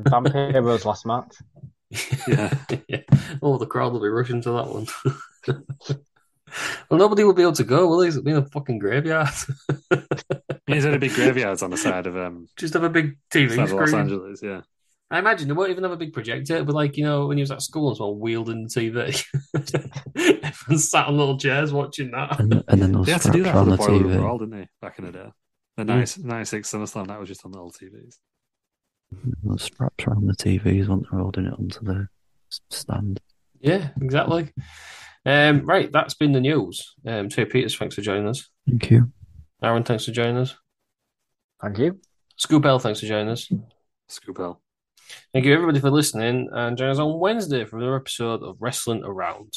[SPEAKER 4] Vampiro's last match.
[SPEAKER 5] Yeah.
[SPEAKER 2] yeah. Oh, the crowd will be rushing to that one. well, nobody will be able to go, will they? It'll be in a fucking graveyard.
[SPEAKER 5] There's only big graveyards on the side of um,
[SPEAKER 2] Just have a big TV
[SPEAKER 5] side of Los
[SPEAKER 2] screen.
[SPEAKER 5] Angeles. Yeah.
[SPEAKER 2] I imagine they won't even have a big projector, but like you know, when he was at school and someone wheeled in the TV, everyone sat on little chairs watching that.
[SPEAKER 3] And, and then they'll
[SPEAKER 5] They had to do
[SPEAKER 3] scratch
[SPEAKER 5] that for
[SPEAKER 3] on
[SPEAKER 5] the
[SPEAKER 3] the
[SPEAKER 5] Boiler
[SPEAKER 3] TV.
[SPEAKER 5] Room Brawl, didn't they? Back in the day. The 90- 96 SummerSlam, that was just on the old TVs.
[SPEAKER 3] The straps around the TVs once they're holding it onto the s- stand.
[SPEAKER 2] Yeah, exactly. Um, right, that's been the news. Um, Tay Peters, thanks for joining us.
[SPEAKER 3] Thank you.
[SPEAKER 2] Aaron, thanks for joining us.
[SPEAKER 4] Thank you.
[SPEAKER 2] Scoop L, thanks for joining us.
[SPEAKER 5] Scoop L.
[SPEAKER 2] Thank you everybody for listening and join us on Wednesday for another episode of Wrestling Around.